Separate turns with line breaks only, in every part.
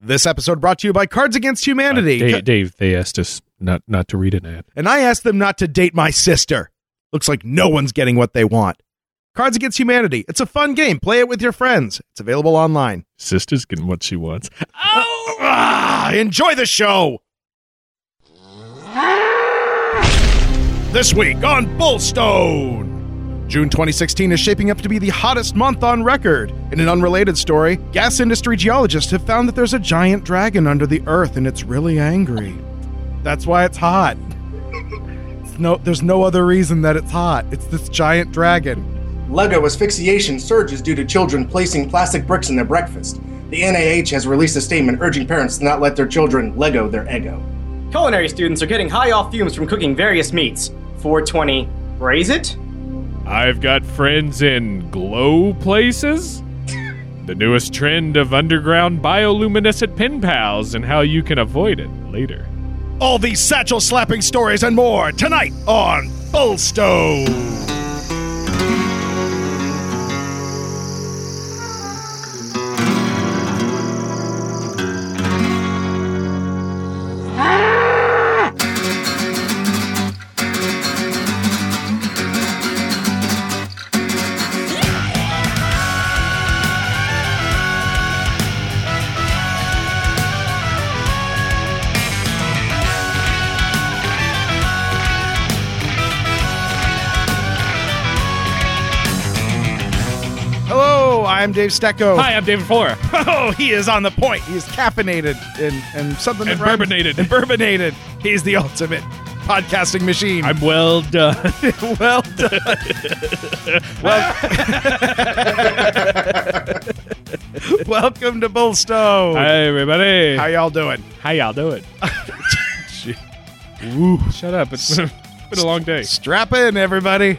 This episode brought to you by Cards Against Humanity.
Dave, Dave, they asked us not not to read an ad.
and I asked them not to date my sister. Looks like no one's getting what they want. Cards Against Humanity. It's a fun game. Play it with your friends. It's available online.
Sister's getting what she wants.
Oh, ah, enjoy the show. This week on Bullstone, June 2016 is shaping up to be the hottest month on record. In an unrelated story, gas industry geologists have found that there's a giant dragon under the earth and it's really angry. That's why it's hot. It's no, there's no other reason that it's hot. It's this giant dragon.
Lego asphyxiation surges due to children placing plastic bricks in their breakfast. The NIH has released a statement urging parents to not let their children Lego their ego.
Culinary students are getting high off fumes from cooking various meats. 420, braise it?
I've got friends in glow places. the newest trend of underground bioluminescent pen pals and how you can avoid it later.
All these satchel slapping stories and more tonight on Bullstone. Hello, I'm Dave Stecco.
Hi, I'm David Flora.
Oh, he is on the point. He is caffeinated and, and something that
And
rhymes-
bourbonated.
And bourbonated. He's the ultimate podcasting machine.
I'm well done.
well done. well, welcome to Bullstone.
Hi, everybody.
How y'all doing?
How y'all doing? Shut up. It's been a, been a long day.
Strap in, everybody.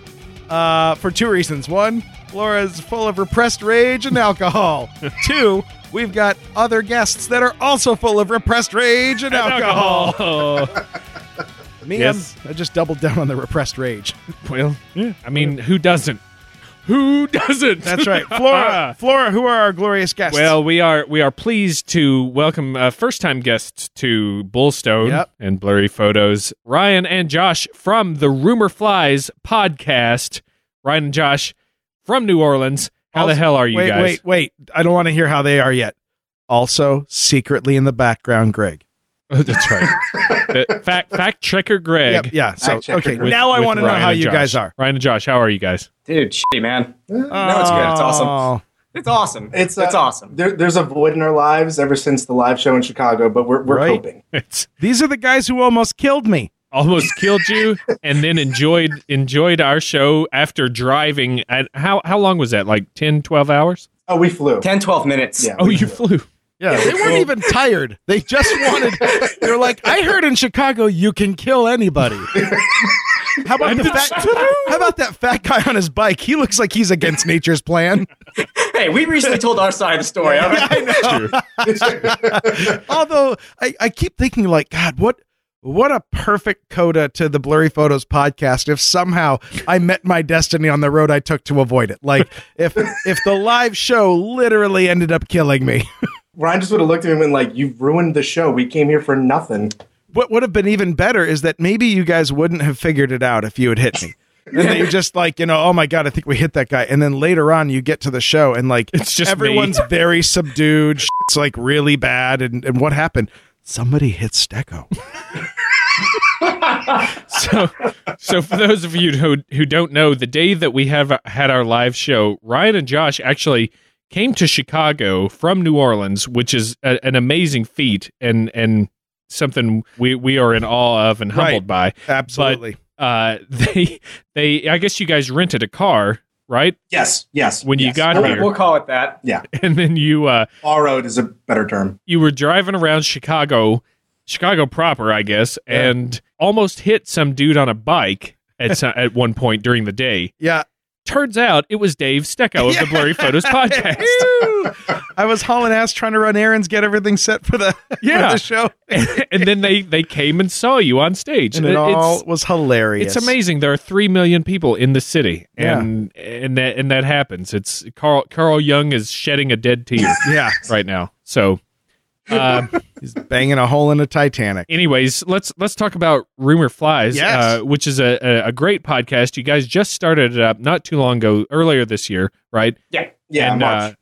Uh, for two reasons. One, Laura's full of repressed rage and alcohol. two, we've got other guests that are also full of repressed rage and, alcohol.
Alcohol.
Me,
Yes.
I'm- I just doubled down on the repressed rage.
well, yeah. I mean, who doesn't? Who doesn't?
That's right. Flora, Flora, who are our glorious guests?
Well, we are we are pleased to welcome uh, first time guests to Bullstone
Yep.
and Blurry Photos, Ryan and Josh from the Rumor Flies podcast. Ryan and Josh from New Orleans. How the
Also-
hell are you
wait,
guys?
wait, wait. I don't want to hear how they are yet. Also, secretly in the background, Greg.
Oh, That's right. Uh, fact fact checker Greg.
Yep, yeah. So,
Fact checker
okay.
Greg.
now I
with
want to know
Ryan
how
and
you
Josh.
guys are.
Ryan and Josh, how are you guys?
Dude, shitty, man. No, it's good. It's awesome.
Oh.
It's awesome.
It's,
It's,
uh,
awesome.
There, there's a void in our lives ever since the live show in Chicago, but we're, we're
Right.
coping.
It's
These are the guys who almost killed me.
almost killed you and then enjoyed enjoyed our show after driving at how how long was that? Like 10 12 hours?
Oh, we flew.
10, 12 minutes.
Yeah.
Oh, you flew.
Yeah, they weren't even tired. They just wanted. They're like, I heard in Chicago you can kill anybody. How about the fat, How about that fat guy on his bike? He looks like he's against nature's plan.
Hey, we recently told our side of the story. all right?
Although I, I keep thinking, like, God, what what a perfect coda to the Blurry Photos podcast if somehow I met my destiny on the road I took to avoid it. Like if if the live show literally ended up killing me.
Ryan just would have looked at him and like, "You've ruined the show. We came here for nothing."
what would have been even better is that maybe you guys wouldn't have figured it out if you had hit me. And then you're just like, you know, oh my God, I think we hit that guy. And then later on, you get to the show and like,
It's just me.
everyone's very subdued. It's like really bad. And, and what happened? Somebody hit Stecco.
so so for those of you who who don't know the day that we have had our live show ryan and josh actually came to chicago from new orleans which is a, an amazing feat and and something we we are in awe of and humbled
Absolutely.
by uh they they i guess you guys rented a car right
Yes, yes.
When you
yes.
got
Bor-
here.
We'll, we'll call it that.
and then you uh
borrowed is a better term.
you were driving around Chicago, Chicago proper, I guess,
Yeah.
and almost hit some dude on a bike at some, at one point during the day.
yeah.
Turns out it was Dave Stecco of the Blurry Photos podcast.
I was hauling ass trying to run errands, get everything set for the,
Yeah.
for the show.
and then they they came and saw you on stage.
And
It-
it all
it's,
was hilarious.
it's amazing. There are three million people in the city,
Yeah.
and and that and that happens. It's Carl Carl Young is shedding a dead tear
Yeah.
right now. So Um,
He's banging a hole in a Titanic.
anyways, let's let's talk about Rumor Flies,
Yes.
uh, which is a, a, a great podcast. You guys just started it up not too long ago, earlier this year, right?
Yeah.
Yeah,
and,
March.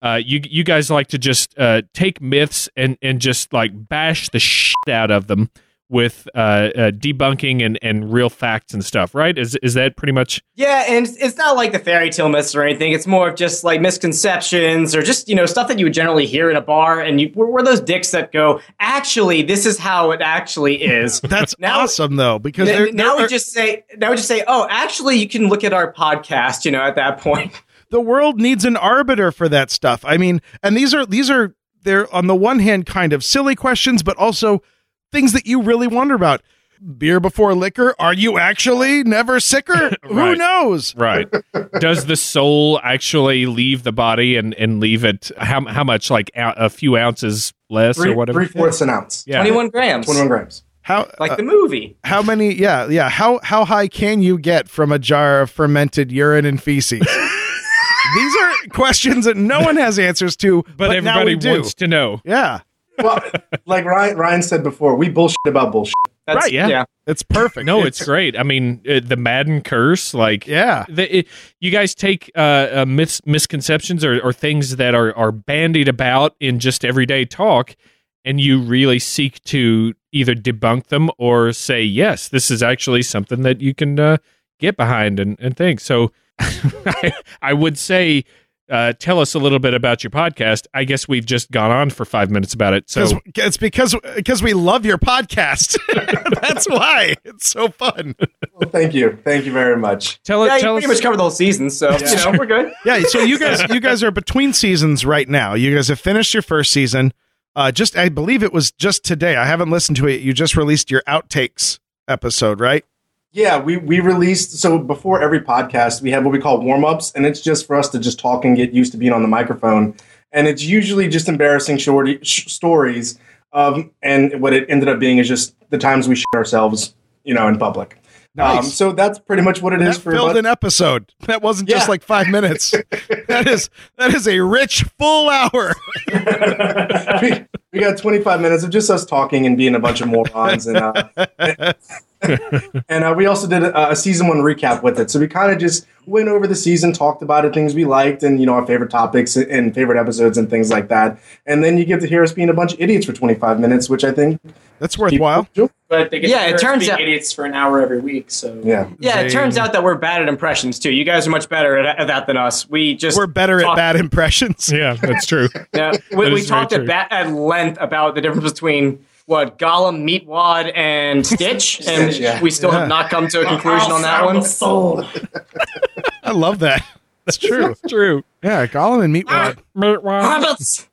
Uh, uh, you you guys like to just uh, take myths and and just like bash the shit out of them with uh, uh, debunking and, and real facts and stuff, right? Is is that pretty much?
Yeah, and it's- it's not like the fairy tale myths or anything. It's more of just like misconceptions or just, you know, stuff that you would generally hear in a bar. And you, we're, we're those dicks that go, actually, this is how it actually is.
That's
Now-
awesome though, because
N-
there,
now
there
we
are-
just say, now we just say, oh, actually, you can look at our podcast, you know, at that point.
the world needs an arbiter for that stuff. I mean, and these are these are they're on the one hand kind of silly questions, but also things that you really wonder about. Beer before liquor? Are you actually never sicker? Who
Right.
knows?
Right. Does the soul actually leave the body and, and leave it how how much like a, a few ounces less
Three,
or whatever?
three fourths an ounce.
yeah.
21 grams.
21 grams.
How
like
uh,
the movie.
how many? Yeah, yeah. How how high can you get from a jar of fermented urine and feces? These are questions that no one has answers to, but,
but,
now we
everybody
do.
wants to know.
yeah,
Well, like Ryan, Ryan said before, we bullshit about bullshit.
That's,
right, yeah.
it's perfect.
No, it's great. I mean, uh, the Madden curse, like
yeah.
the, it, you guys take uh, uh, mis- misconceptions or, or things that are, are bandied about in just everyday talk, and you really seek to either debunk them or say, yes, this is actually something that you can uh, get behind and, and think. So I, I would say, uh, tell us a little bit about your podcast. I guess we've just gone on for five minutes about it. So
Because it's because because we love your podcast. That's why it's so fun.
Well, thank you. Thank you very much.
tell,
Yeah,
it.
you
tell
pretty
us.
much covered the whole season, so you know we're good.
Yeah. So you guys you guys are between seasons right now. You guys have finished your first season. Uh, just I believe it was just today. I haven't listened to it. You just released your outtakes episode, right?
Yeah, we, we released so before every podcast we have what we call warm ups, and it's just for us to just talk and get used to being on the microphone. And it's usually just embarrassing shorty sh- stories. Um, and what it ended up being is just the times we shit ourselves, you know, in public. Um,
Nice.
so that's pretty much what it
That
is for.
filled
about-
an episode. That wasn't just
Yeah.
like five minutes. that is that is a rich full hour.
we, we got 25 minutes of just us talking and being a bunch of morons and uh, and uh, we also did a, a season one recap with it so we kind of just went over the season talked about it things we liked and you know our favorite topics and favorite episodes and things like that and then you get to hear us being a bunch of idiots for 25 minutes which i think
That's worthwhile.
But they get
Yeah, it
to curse
turns
being
out-
idiots for an hour every week. So
yeah
Yeah, it
Zane.
turns out that we're bad at impressions too. You guys are much better at, at that than us. We just
We're better at
talked-
bad impressions.
Yeah, that's true.
Yeah, we,
That
we
is very
talked at,
true.
ba- at length about the difference between what Gollum, Meatwad, and Stitch, and
Stitch, yeah.
we still
Yeah.
have not come to a conclusion on that
Outside
one.
the soul.
I love that. Ah. It's true.
It's true.
Yeah, Gollum and Meatwad.
Meatwad,
Hobbits,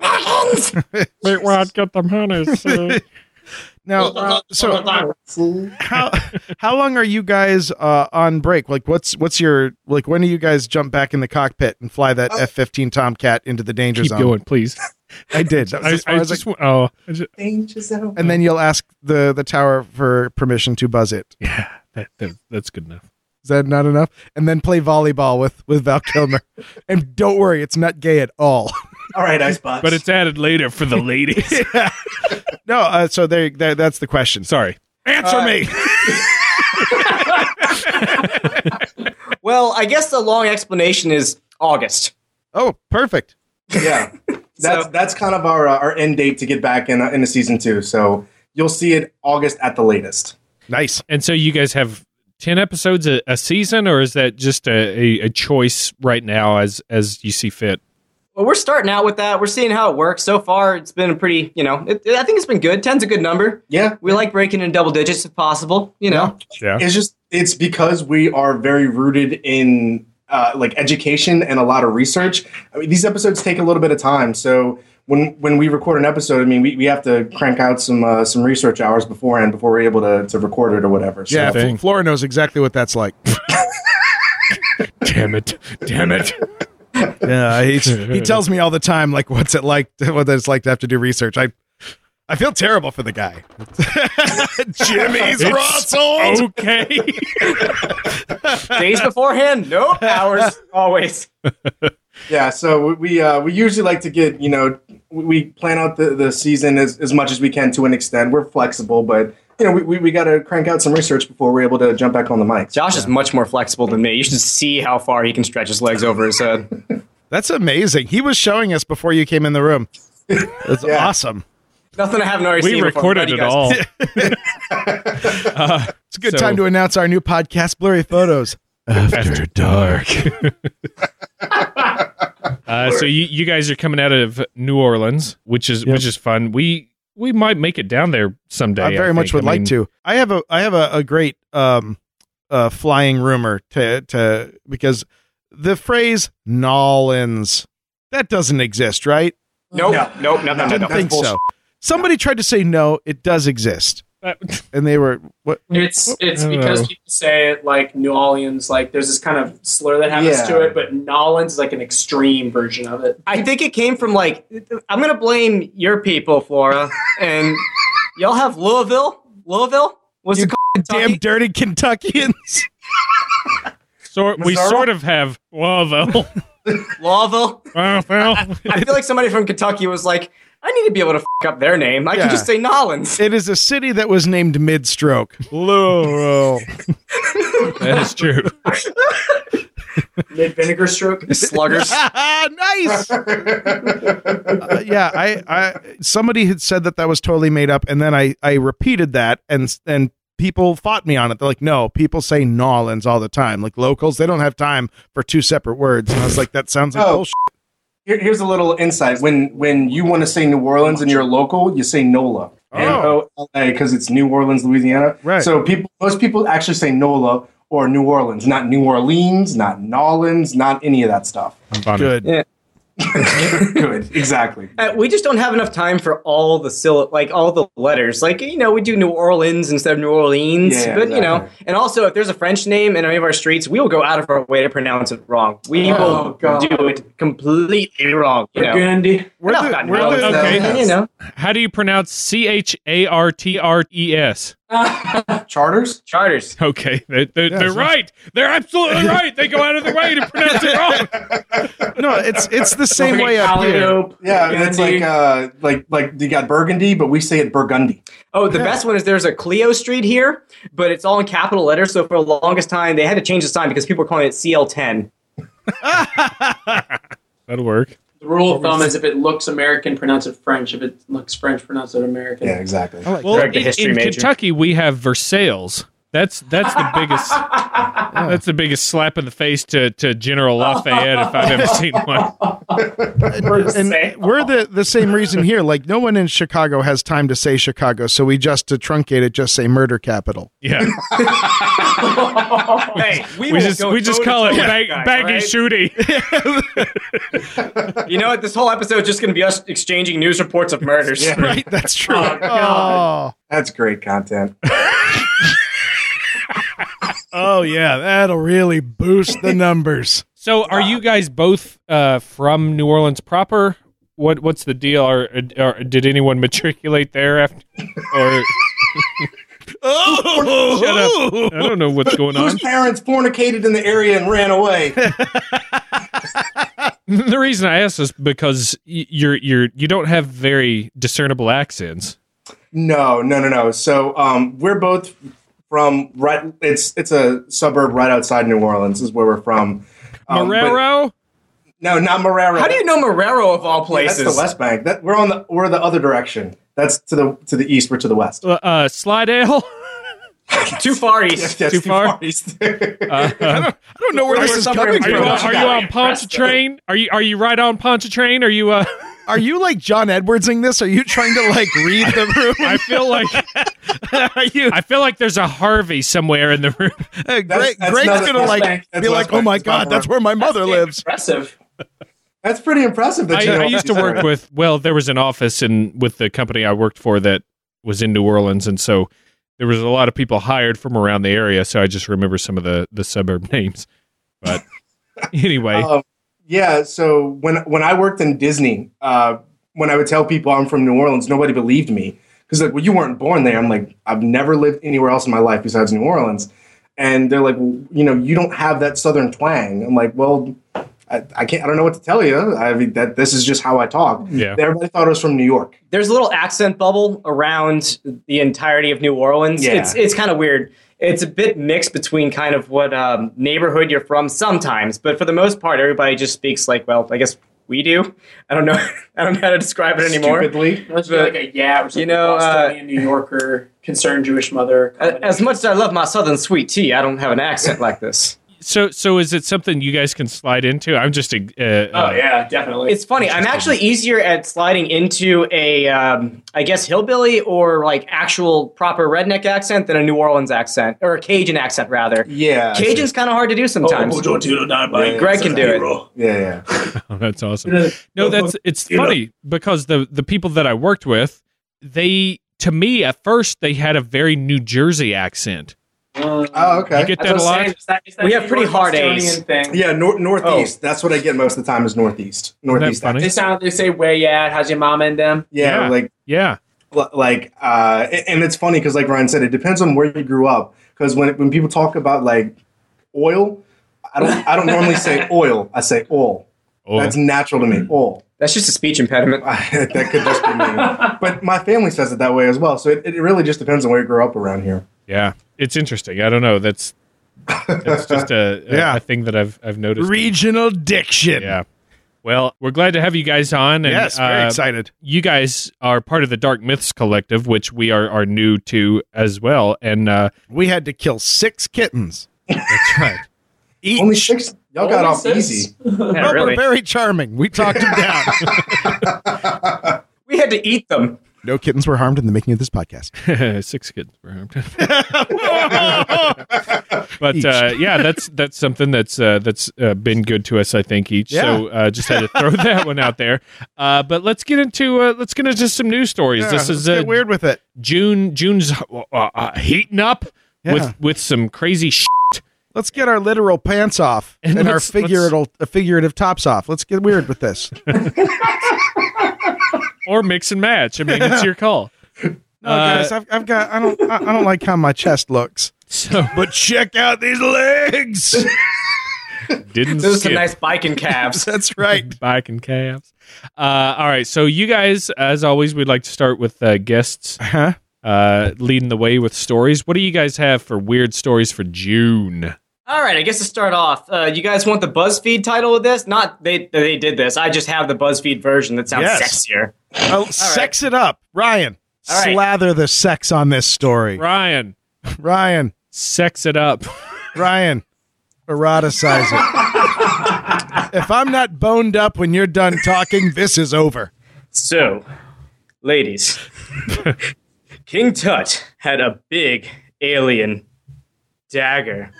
Hobbits!
Meatwad, get them honeys. uh.
Now, uh, so how how long are you guys uh, on break? Like, what's what's your like? When do you guys jump back in the cockpit and fly that F fifteen Tomcat into the danger
Keep
zone?
going, please.
I did. That was
I,
as far
I
as I-
just wa- oh, I ju-
Danger zone.
and then you'll ask the the tower for permission to buzz it.
yeah, that, that, that's good enough.
Is that not enough? And then play volleyball with with Val Kilmer. and don't worry, it's not gay at all.
all right icebox
But it's added later for the ladies.
no, uh, so there, there. That's the question. So
Sorry.
answer
Uh,
me.
Well, I guess the long explanation is August.
Oh, perfect.
yeah that's
So-
that's kind of our uh, our end date to get back in uh, in the season two so you'll see it august at the latest
Nice.
And so you guys have ten episodes a, a season, or is that just a, a, a choice right now as as you see fit?
Well, we're starting out with that. We're seeing how it works. So far, it's been pretty. You know, it, I think it's been good. Ten's a good number.
yeah
We like breaking in double digits if possible. You know,
Yeah.
it's just it's because we are very rooted in uh, like education and a lot of research I mean, these episodes take a little bit of time so when when we record an episode i mean we, we have to crank out some uh, some research hours beforehand before we're able to, to record it or whatever so
Yeah,
thing.
F- Flora knows exactly what that's like.
Damn it! Damn it!
Yeah, he's, he tells me all the time, like, what's it like? To, what it's like to have to do research. I, I feel terrible for the guy. Jimmy's
It's
Russell.
okay.
days beforehand, nope. Hours always.
yeah so we- we uh, we usually like to get you know we- we plan out the, the season as, as much as we can to an extent. We're flexible, but you know, we, we, we got to crank out some research before we're able to jump back on the mic.
Josh is much more flexible than me. You should see how far he can stretch his legs over his head.
That's amazing. He was showing us before you came in the room. That's
Yeah.
awesome.
Nothing I haven't already
we
seen before.
recorded
Glad you
it
guys-
all.
It's a good
So-
time to announce our new podcast, Blurry Photos. After dark.
Uh, so you, you guys are coming out of New Orleans, which is which is fun. We we might make it down there someday.
I very much
think.
would
I
like
mean,
to. I have a I have a, a great um uh flying rumor to to because the phrase Nollins that doesn't exist, right?
Nope,
No.
nope, no, no, no,
I
no.
didn't think
bullshit.
so. Somebody tried to say no, it does exist.
uh,
And they were what
It's it's
I don't
because
know.
people say it like New Orleans, like there's this kind of slur that happens
Yeah.
to it, but Nolans is like an extreme version of it.
I think it came from like I'm gonna blame your people, Flora, and y'all have Louisville. Louisville, what's
You
it called?
damn
Kentucky?
dirty Kentuckians.
sort we
Missouri?
sort of have Louisville.
Louisville.
Louisville.
I feel like somebody from Kentucky was like, I need to be able to f- up their name. I
Yeah.
can just say Nollins.
it is a city that was named Midstroke. Laurel.
that is true.
Mid vinegar stroke.
Sluggers.
nice. Uh, yeah, I, I somebody had said that that was totally made up, and then I I repeated that, and and people fought me on it. They're like, no, people say Nolans all the time. Like locals, they don't have time for two separate words. And I was like, that sounds like
Oh.
bullshit.
Here, here's a little insight. When when you want to say New Orleans and you're local, you say NOLA.
Oh.
because it's New Orleans, Louisiana.
Right.
So people, most people actually say NOLA or New Orleans, not New Orleans, not Nolans, not any of that stuff.
Good.
Good, exactly.
Uh, we just don't have enough time for all the sil- like all the letters. Like you know, we do New Orleans instead of New Orleans,
Yeah,
but you know.
exactly.
And also, if there's a French name in any of our streets, we will go out of our way to pronounce it wrong. We
Oh,
will
God.
do it completely wrong. You know,
Burgundy.
We're
No,
the,
God,
we're
no,
the-
it's not.
Okay.
you know,
How do you pronounce C H A R T R E S?
Charters?
charters.
Okay, they, they,
Yeah,
they're
so-
right. They're absolutely right. They go out of their way to pronounce it wrong.
no, it's it's the same
Don't
way
forget
up here.
Calio,
Yeah, it's like
Burgundy.
uh, like like you got Burgundy, but we say it Burgundy.
Oh, the best one is there's a Clio Street here, but it's all in capital letters. So for the longest time, they had to change the sign because people were calling it CL10.
That'll work.
the rule of thumb is if it looks American, pronounce it French. If it looks French, pronounce it American.
Yeah, exactly.
I like
Well,
Correct, the
in,
history
in
major.
Kentucky, we have Versailles. That's that's the biggest. That's the biggest slap in the face to, to General Lafayette if I've ever seen one.
that. And we're the the same reason here. Like no one in Chicago has time to say Chicago, so we just to truncate it, just say murder capital.
Yeah,
hey,
we,
will
just
go
we just
toe to
call it
toe with
bag,
you guys,
baggy
alright?
shooty.
You know what? This whole episode is just going to be us exchanging news reports of murders.
Yeah.
Right? That's true.
Oh, God.
That's great content.
Oh yeah, that'll really boost the numbers.
So, are you guys both uh, from New Orleans proper? What what's the deal? Or, or did anyone matriculate there after? Or
oh,
shut up! I don't know what's going on.
Whose parents fornicated in the area and ran away?
The reason I ask is because y- you're you're you don't have very discernible accents.
No, no, no, no. So um, we're both from right. It's it's a suburb right outside New Orleans. Is where we're from. Um, but-
Marrero,
No, not Marrero.
How do you know Marrero of all
That's
places?
the West Bank. That we're on the we're the other direction. That's to the to the east. We're to the west.
uh, uh, Slidell.
Too far east.
That's
too far?
east.
Uh,
I don't know where
We're
this is
somewhere
coming
in
are, you,
from.
Maryland.
are you on Pontchartrain? Are you are you right on Pontchartrain? Are you? Uh,
Are you like John Edwardsing this? Are you trying to like read the room?
I feel like
Are you?
I feel like there's a Harvey somewhere in the room.
Hey, Greg,
that's
Uh, Greg's
not-
gonna
that's
like
Bank.
be
That's
like,
West
oh
Bank.
my
That's not
god,
where-
that's where my mother lives.
Impressive.
That's pretty impressive. That
I,
you know
I
all
used to
these
work
areas.
with. Well, there was an office in with the company I worked for that was in New Orleans, and so there was a lot of people hired from around the area. So I just remember some of the the suburb names. But anyway,
Oh.
Um, yeah. So when when I worked in Disney, uh, when I would tell people I'm from New Orleans, nobody believed me because like, well, you weren't born there. I'm like, I've never lived anywhere else in my life besides New Orleans, and they're like, well, you know, you don't have that Southern twang. I'm like, well, I, I can't. I don't know what to tell you. I mean, that this is just how I talk.
Yeah.
Everybody thought it was from New York.
There's a little accent bubble around the entirety of New Orleans.
Yeah.
It's it's kind of weird. It's a bit mixed between kind of what um, neighborhood you're from sometimes, but for the most part, everybody just speaks like, well, I guess we do. I don't know. I don't know how to describe it anymore.
Stupidly.
Unless you're like a yeah or something.
You know, uh,
Bostonian New Yorker, concerned Jewish mother.
A- As much as I love my southern sweet tea, I don't have an accent like this.
So, so is it something you guys can slide into? I'm just a. Uh,
Oh yeah, definitely.
It's funny. I'm actually easier at sliding into a, um, I guess, hillbilly or like actual proper redneck accent than a New Orleans accent or a Cajun accent rather.
Yeah.
Cajuns kind of hard to
Oh,
do sometimes.
by
Greg can do it.
Yeah. Yeah.
Oh, that's awesome.
Yeah.
No, that's it's
You know.
funny because the the people that I worked with, they to me at first they had a very New Jersey accent.
Um,
Oh, okay.
You get
That's
that a
what I'm
lot.
saying. It's that- it's that
We have
New
pretty
York
hard
Bostonian
A's.
Thing.
yeah. Nor- northeast.
Oh.
That's what I get most of the time is northeast.
Isn't that
Northeast.
funny?
They sound. They say way yeah. How's your mom and them?
Yeah,
Yeah.
Like
Yeah,
l- like uh a- and it's funny because like ryan said it depends on where you grew up because when when people talk about like oil i don't i don't normally say oil i say oil
oh,
that's natural to me oil
That's just a speech impediment.
that could just be me but my family says it that way as well so it, it really just depends on where you grew up around here
yeah. It's interesting. I don't know. That's that's just a, a-
Yeah.
a thing that I've I've noticed.
Regional diction.
Yeah. Well, we're glad to have you guys on. And,
Yes, very
uh,
excited.
you guys are part of the Dark Myths Collective, which we are are new to as well. And uh,
We had to kill six kittens.
that's right.
Each
only six y'all got
Only
off
six?
easy
Yeah,
but
really.
were very charming. We talked them down.
We had to eat them.
no kittens were harmed in the making of this podcast.
six kids were harmed. but uh, yeah, that's that's something that's uh, that's uh, been good to us, I think. Each so uh, just had to throw that one out there. Uh, but let's get into uh, let's get into some news stories.
Yeah,
this is
let's
uh,
get weird with it.
June June's uh, uh, heating up
Yeah.
with with some crazy. Sh-
Let's get our literal pants off
And
and, our
let's-
figurative, uh, figurative tops off. Let's get weird with this.
or mix and match. I mean, it's your call. Uh,
No, guys, Oh, I've, I've got. I don't. I, I don't like how my chest looks.
So
But check out these legs.
didn't
Those are
skip.
some nice biking calves.
That's right.
back and calves. Uh, all right, so you guys, as always, we'd like to start with uh, guests
Huh?
uh, leading the way with stories. What do you guys have for weird stories for June?
All right, I guess to start off, uh, you guys want the BuzzFeed title of this? Not they they did this. I just have the BuzzFeed version that sounds
Yes.
sexier.
Oh, sex it up, Ryan.
All right.
Slather the sex on this story,
Ryan,
Ryan.
sex it up.
Ryan, eroticize it. if I'm not boned up when you're done talking, this is over.
So, ladies, King Tut had a big alien dagger.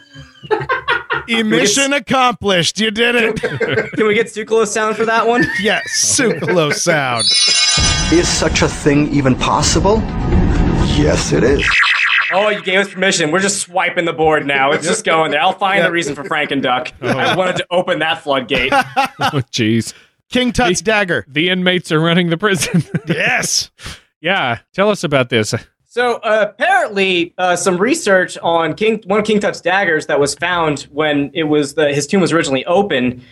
Emission accomplished. You did it.
Can we get Sukalo sound for that one?
yes, Sukalo sound.
Is such a thing even possible? Yes, it is.
Oh, you gave us permission. We're just swiping the board now. It's just going there. I'll find the reason for Frank and Duck. I wanted to open that floodgate.
oh, jeez.
King Tut's dagger.
The inmates are running the prison.
Yes.
yeah, tell us about this.
So uh, apparently, uh, some research on King, one of King Tut's daggers that was found when it was the, his tomb was originally open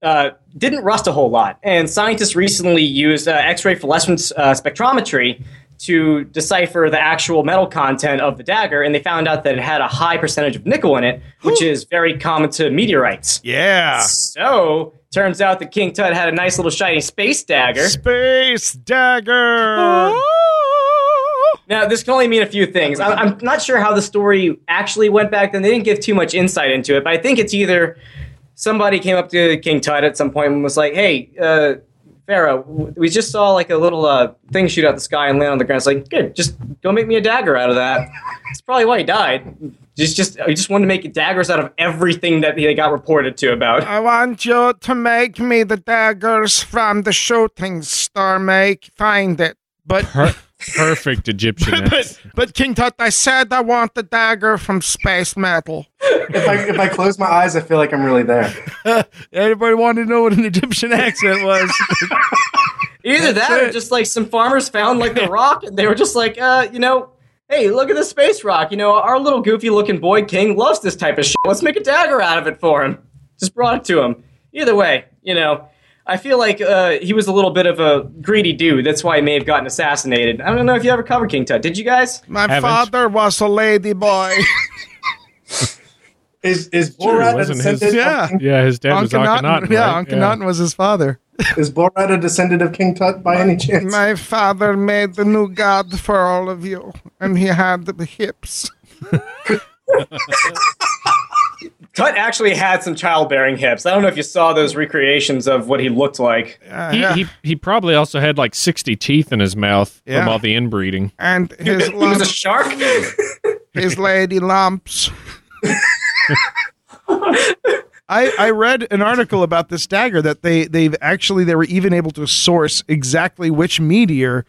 uh, didn't rust a whole lot, and scientists recently used uh, X-ray fluorescence uh, spectrometry to decipher the actual metal content of the dagger, and they found out that it had a high percentage of nickel in it, which is very common to meteorites.
Yeah.
So turns out that King Tut had a nice little shiny space dagger.
Space dagger.
Now, this can only mean a few things. I, I'm not sure how the story actually went back then. They didn't give too much insight into it, but I think it's either somebody came up to King Tut at some point and was like, hey, uh, Pharaoh, w- we just saw like a little uh, thing shoot out the sky and land on the ground. It's like, good, just go make me a dagger out of that. It's probably why he died. Just, just, I just wanted to make daggers out of everything that they got reported to about.
I want you to make me the daggers from the shooting star. Make find it, but.
Per- perfect Egyptian.
but, but King Tut, I said I want the dagger from space metal.
if i if i close my eyes i feel like i'm really there
Everybody wanted to know what an Egyptian accent was.
Either that or just like some farmers found like the rock and they were just like, uh, you know, hey, look at this space rock. You know, our little goofy looking boy king loves this type of shit. Let's make a dagger out of it for him. Just brought it to him.
Either way, you know, I feel like uh, he was a little bit of a greedy dude. That's why he may have gotten assassinated. I don't know if you ever covered King Tut. Did you guys?
My
Haven't.
father was a lady boy.
Is is
Sure,
Borat a
wasn't his-
descendant?
yeah.
Of King,
Yeah, his dad was Akhenaten. right?
yeah, Uncle Notton was his father.
is Borat a descendant of King Tut by any chance?
My father made the new god for all of you, and he had the hips.
Tut actually had some childbearing hips. I don't know if you saw those recreations of what he looked like.
Uh,
He,
yeah.
he he probably also had like sixty teeth in his mouth
Yeah.
from all the inbreeding.
and his
He was a
lump,
shark.
his lady lumps. I, I read an article about this dagger that they they've actually they were even able to source exactly which meteor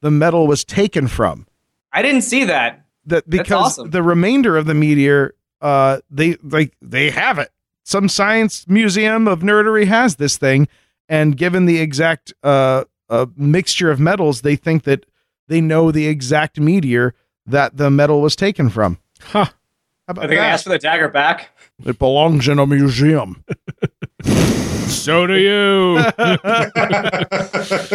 the metal was taken from.
I didn't see that.
that because
awesome.
the remainder of the meteor uh they like they have it some science museum of nerdery has this thing and given the exact uh, uh mixture of metals they think that they know the exact meteor that the metal was taken from
Huh.
How about
Are they gonna
that?
ask for the dagger back?
it belongs in a museum
So do you. That's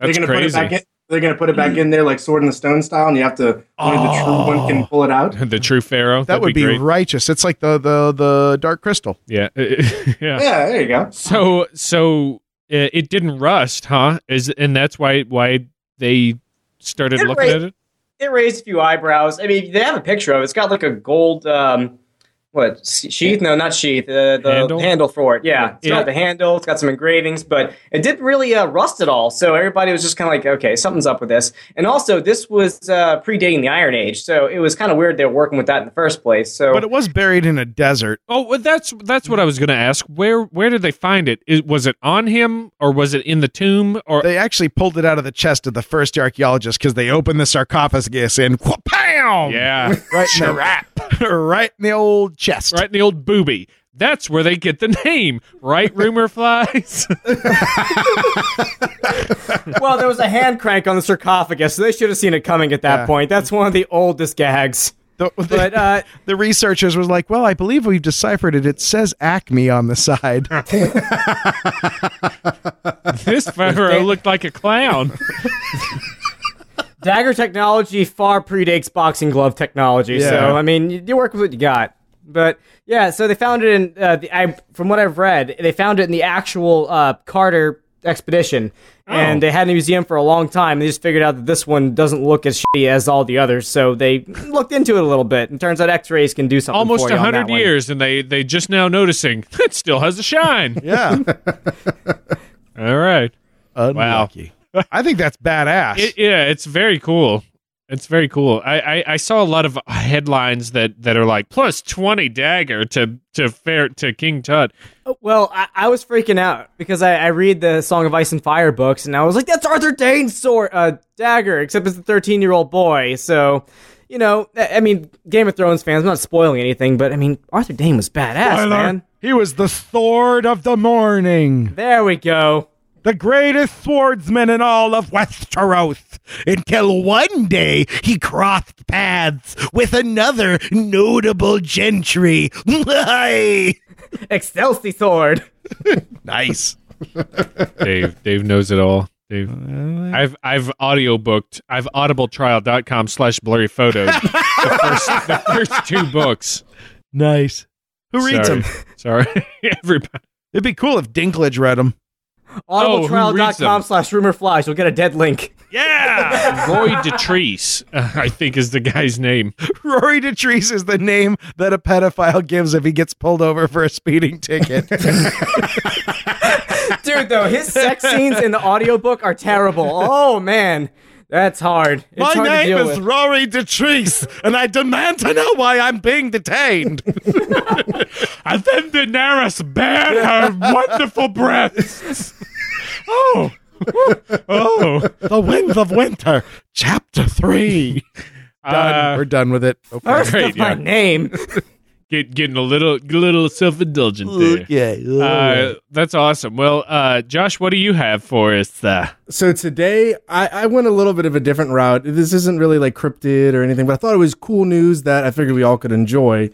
they're gonna
crazy.
Put it back in, they're going to put it back in there like Sword in the Stone style, and you have to only the true one can pull it out.
the true pharaoh.
that
That'd
would be,
great.
righteous it's like the the the dark crystal
yeah. yeah.
Yeah, there you go.
So so uh, it didn't rust, huh? Is and that's why why they started
It
looking
ra-
at it.
It raised a few eyebrows. I mean, they have a picture of it. It's got like a gold, um, what s- sheath? No, not sheath. Uh, the
Handle?
handle? for it. Yeah, it's
Yeah.
got the handle. It's got some engravings, but it didn't really uh, rust at all. So everybody was just kind of like, okay, something's up with this. And also, this was uh, predating the Iron Age, so it was kind of weird they were working with that in the first place. So
but it was buried in a desert
Oh, well, that's that's what I was going to ask. Where where did they find it? Is, was it on him or was it in the tomb or
they actually pulled it out of the chest of the first archaeologist because they opened the sarcophagus and pow
yeah,
right in the right in the old chest.
right in the old booby. That's where they get the name, right? Rumor flies.
well, there was a hand crank on the sarcophagus, so they should have seen it coming at that
Yeah.
point. That's one of the oldest gags.
The, the,
But uh,
the researchers was like, "Well, I believe we've deciphered it. It says Acme on the side."
this pharaoh looked like a clown.
dagger technology far predates boxing glove technology.
Yeah.
So I mean, you, you work with what you got. But yeah, so they found it in uh, the. I, from what I've read, they found it in the actual uh, Carter expedition,
Oh.
and they had a museum for a long time. They just figured out that this one doesn't look as shitty as all the others, so they looked into it a little bit. And turns out X-rays can do something.
Almost
for you
a
on that
hundred
one.
years, and they they just now noticing it still has a shine.
yeah,
All right.
unlucky. I think that's badass.
It, yeah, it's very cool. It's very cool. I, I, I saw a lot of headlines that, that are like plus twenty dagger to to fair to King Tut.
Well, I, I was freaking out because I, I read the Song of Ice and Fire books, and I was like, "That's Arthur Dane's sword, uh, dagger," except it's a thirteen-year-old boy. So, you know, I, I mean, Game of Thrones fans, I'm not spoiling anything, but I mean, Arthur Dane was badass, man.
uh, He was the sword of the morning,
There we go.
the greatest swordsman in all of Westeros, until one day he crossed paths with another notable gentry.
Excelsior.
nice.
Dave Dave knows it all. Dave. I've I've audiobooked I've audibletrial.com slash blurry photos the first the first two books.
Nice. Who reads
Sorry.
them?
Sorry. Everybody
It'd be cool if Dinklage read them.
Oh, who reads them?
Audibletrial.com slash rumor flies. You'll get a dead link.
Yeah Roy Detrice, uh, I think is the guy's name.
Rory Detrice is the name that a pedophile gives if he gets pulled over for a speeding ticket.
Dude, though, his sex scenes in the audiobook are terrible. Oh, man. That's hard. It's hard to deal with.
Rory Detrice, and I demand to know why I'm being detained.
And then Daenerys bared her wonderful breasts. Oh, oh.
the Winds of Winter, Chapter 3.
Uh,
We're done with it. Okay.
First
Right,
of my
yeah.
name.
Get, getting a little little self indulgent there. Uh, that's awesome. Well, uh, Josh, what do you have for us? Uh,
So today I, I went a little bit of a different route. This isn't really like cryptid or anything, but I thought it was cool news that I figured we all could enjoy.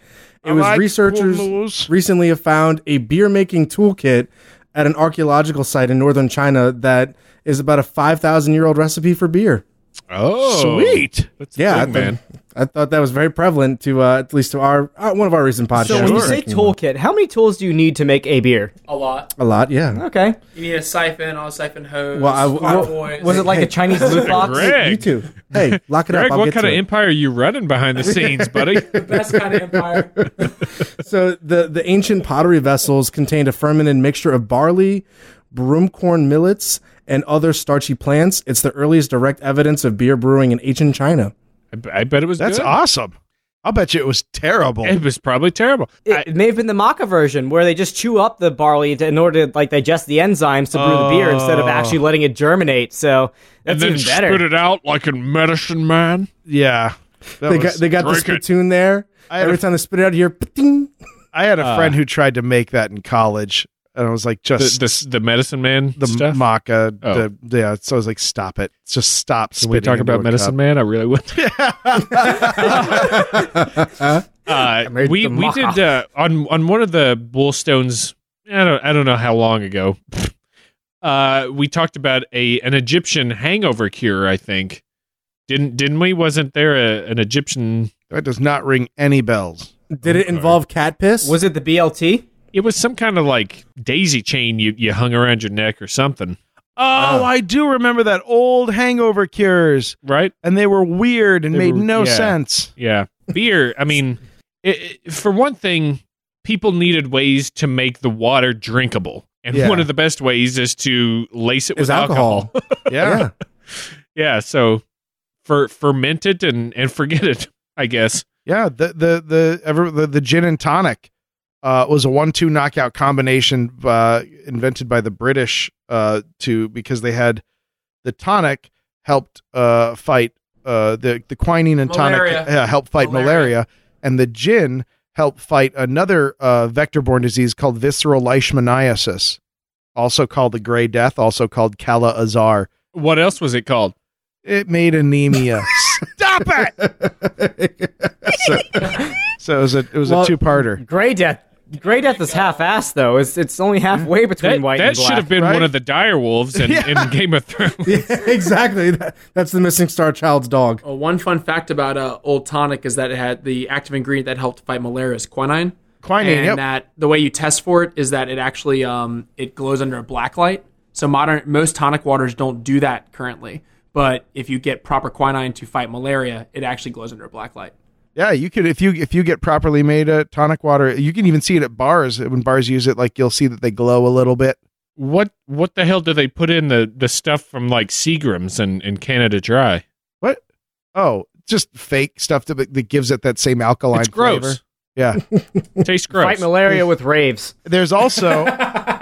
It was researchers recently have found a beer making toolkit at an archaeological site in northern China that is about a five thousand year old recipe for beer.
oh,
Sweet.
That's the
Yeah, I
thing,
thought,
man.
I thought that was very prevalent to uh, at least to our uh, one of our recent podcasts.
So when you
We're
say
drinking
toolkit, how many tools do you need to make a beer?
a lot.
a lot, yeah.
Okay.
You need a siphon, all siphon hose.
Well, I- well,
fireboys.
Was it like a Chinese loot box?
You
Greg,
too. Hey, lock it
Greg,
up. I'll
what
get
kind
to
of
it.
empire are you running behind the scenes, buddy?
best kind of empire?
So the the ancient pottery vessels contained a fermented mixture of barley, broomcorn millets, and other starchy plants. It's the earliest direct evidence of beer brewing in ancient China.
I, b- I bet it was.
That's
good.
awesome. I'll bet you it was terrible.
It was probably terrible.
It,
I-
it may have been the maca version where they just chew up the barley to, in order to like digest the enzymes to brew the beer instead of actually letting it germinate. So
and
that's
then
even better.
spit it out like a medicine man.
yeah. That
They
was-
got they got the
drink it.
spittoon there.
I had
Every
a-
time they spit it out here, ding.
I had a friend who tried to make that in college, and I was like,
The,
just Uh. the,
the, the medicine man
the,
stuff.
maca.
Oh.
The, yeah. So I was like, stop it. Just stop.
Can we
spitting
talk
into
about
a
medicine
cup.
man? I really would. uh,
made
we
the
we
maca.
did uh, on on one of the bullstones. I don't I don't know how long ago. Uh, we talked about a an Egyptian hangover cure. I think didn't didn't we? Wasn't there a, an Egyptian?
That does not ring any bells.
Did it involve cat piss?
Was it the BLT?
It was some kind of like daisy chain you you hung around your neck or something,
Oh, I do remember that old hangover cures,
right?
and they were weird and
They
made
were-
no
yeah.
sense.
Yeah. Beer, I mean, it, it- for one thing, people needed ways to make the water drinkable. And
Yeah.
one of the best ways is to lace it
It was
with alcohol.
alcohol? yeah.
yeah, so fer- ferment it and, and forget it, I guess.
Yeah, the the the ever the, the gin and tonic uh, was a one-two knockout combination uh, invented by the British uh, to because they had the tonic helped uh, fight uh, the the quinine and
Malaria.
tonic uh, helped fight malaria.
Malaria.
and the gin helped fight another uh, vector-borne disease called visceral leishmaniasis, also called the Gray Death, also called Kala Azar.
What else was it called?
It made anemia. Stop it! so, so it was a it was
Well,
a two-parter.
Grey Death. Grey Death is half assed though. It's it's only halfway between
That,
white
that
and black.
should have been one
right?
of the dire wolves in, in Game of Thrones.
Yeah, exactly. That- that's the missing star child's dog.
Oh,
Well, one fun fact about uh, Old Tonic is that it had the active ingredient that helped fight malaria is quinine.
Quinine,
and
yep.
that the way you test for it is that it actually um, it glows under a black light. So modern most tonic waters don't do that currently. But if you get proper quinine to fight malaria, it actually glows under a black light.
Yeah, you could if you if you get properly made uh, tonic water, you can even see it at bars when bars use it. Like you'll see that they glow a little bit.
What what the hell do they put in the, the stuff from like Seagram's and, and Canada Dry?
Oh, just fake stuff that, that gives it that same alkaline
It's gross.
flavor. Yeah,
Tastes gross.
Fight malaria with raves.
there's also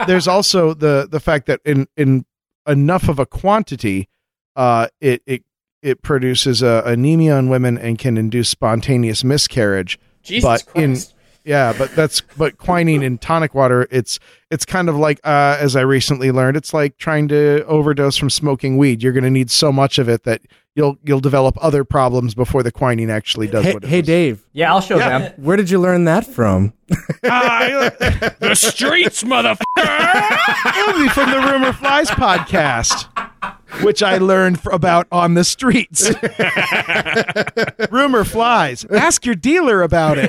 there's also the the fact that in in enough of a quantity, uh, it it it produces uh, anemia in women and can induce spontaneous miscarriage.
Jesus
But in-
Christ.
Yeah, but that's but quinine in tonic water. It's it's kind of like uh, as I recently learned, it's like trying to overdose from smoking weed. You're going to need so much of it that you'll you'll develop other problems before the quinine actually does
Hey,
what it
hey
was.
Dave,
Yeah, I'll show them.
where did you learn that from?
Ah, the streets, motherfucker!
It'll be from the Rumor Flies podcast, which I learned f- about on the streets. Rumor flies. Ask your dealer about it.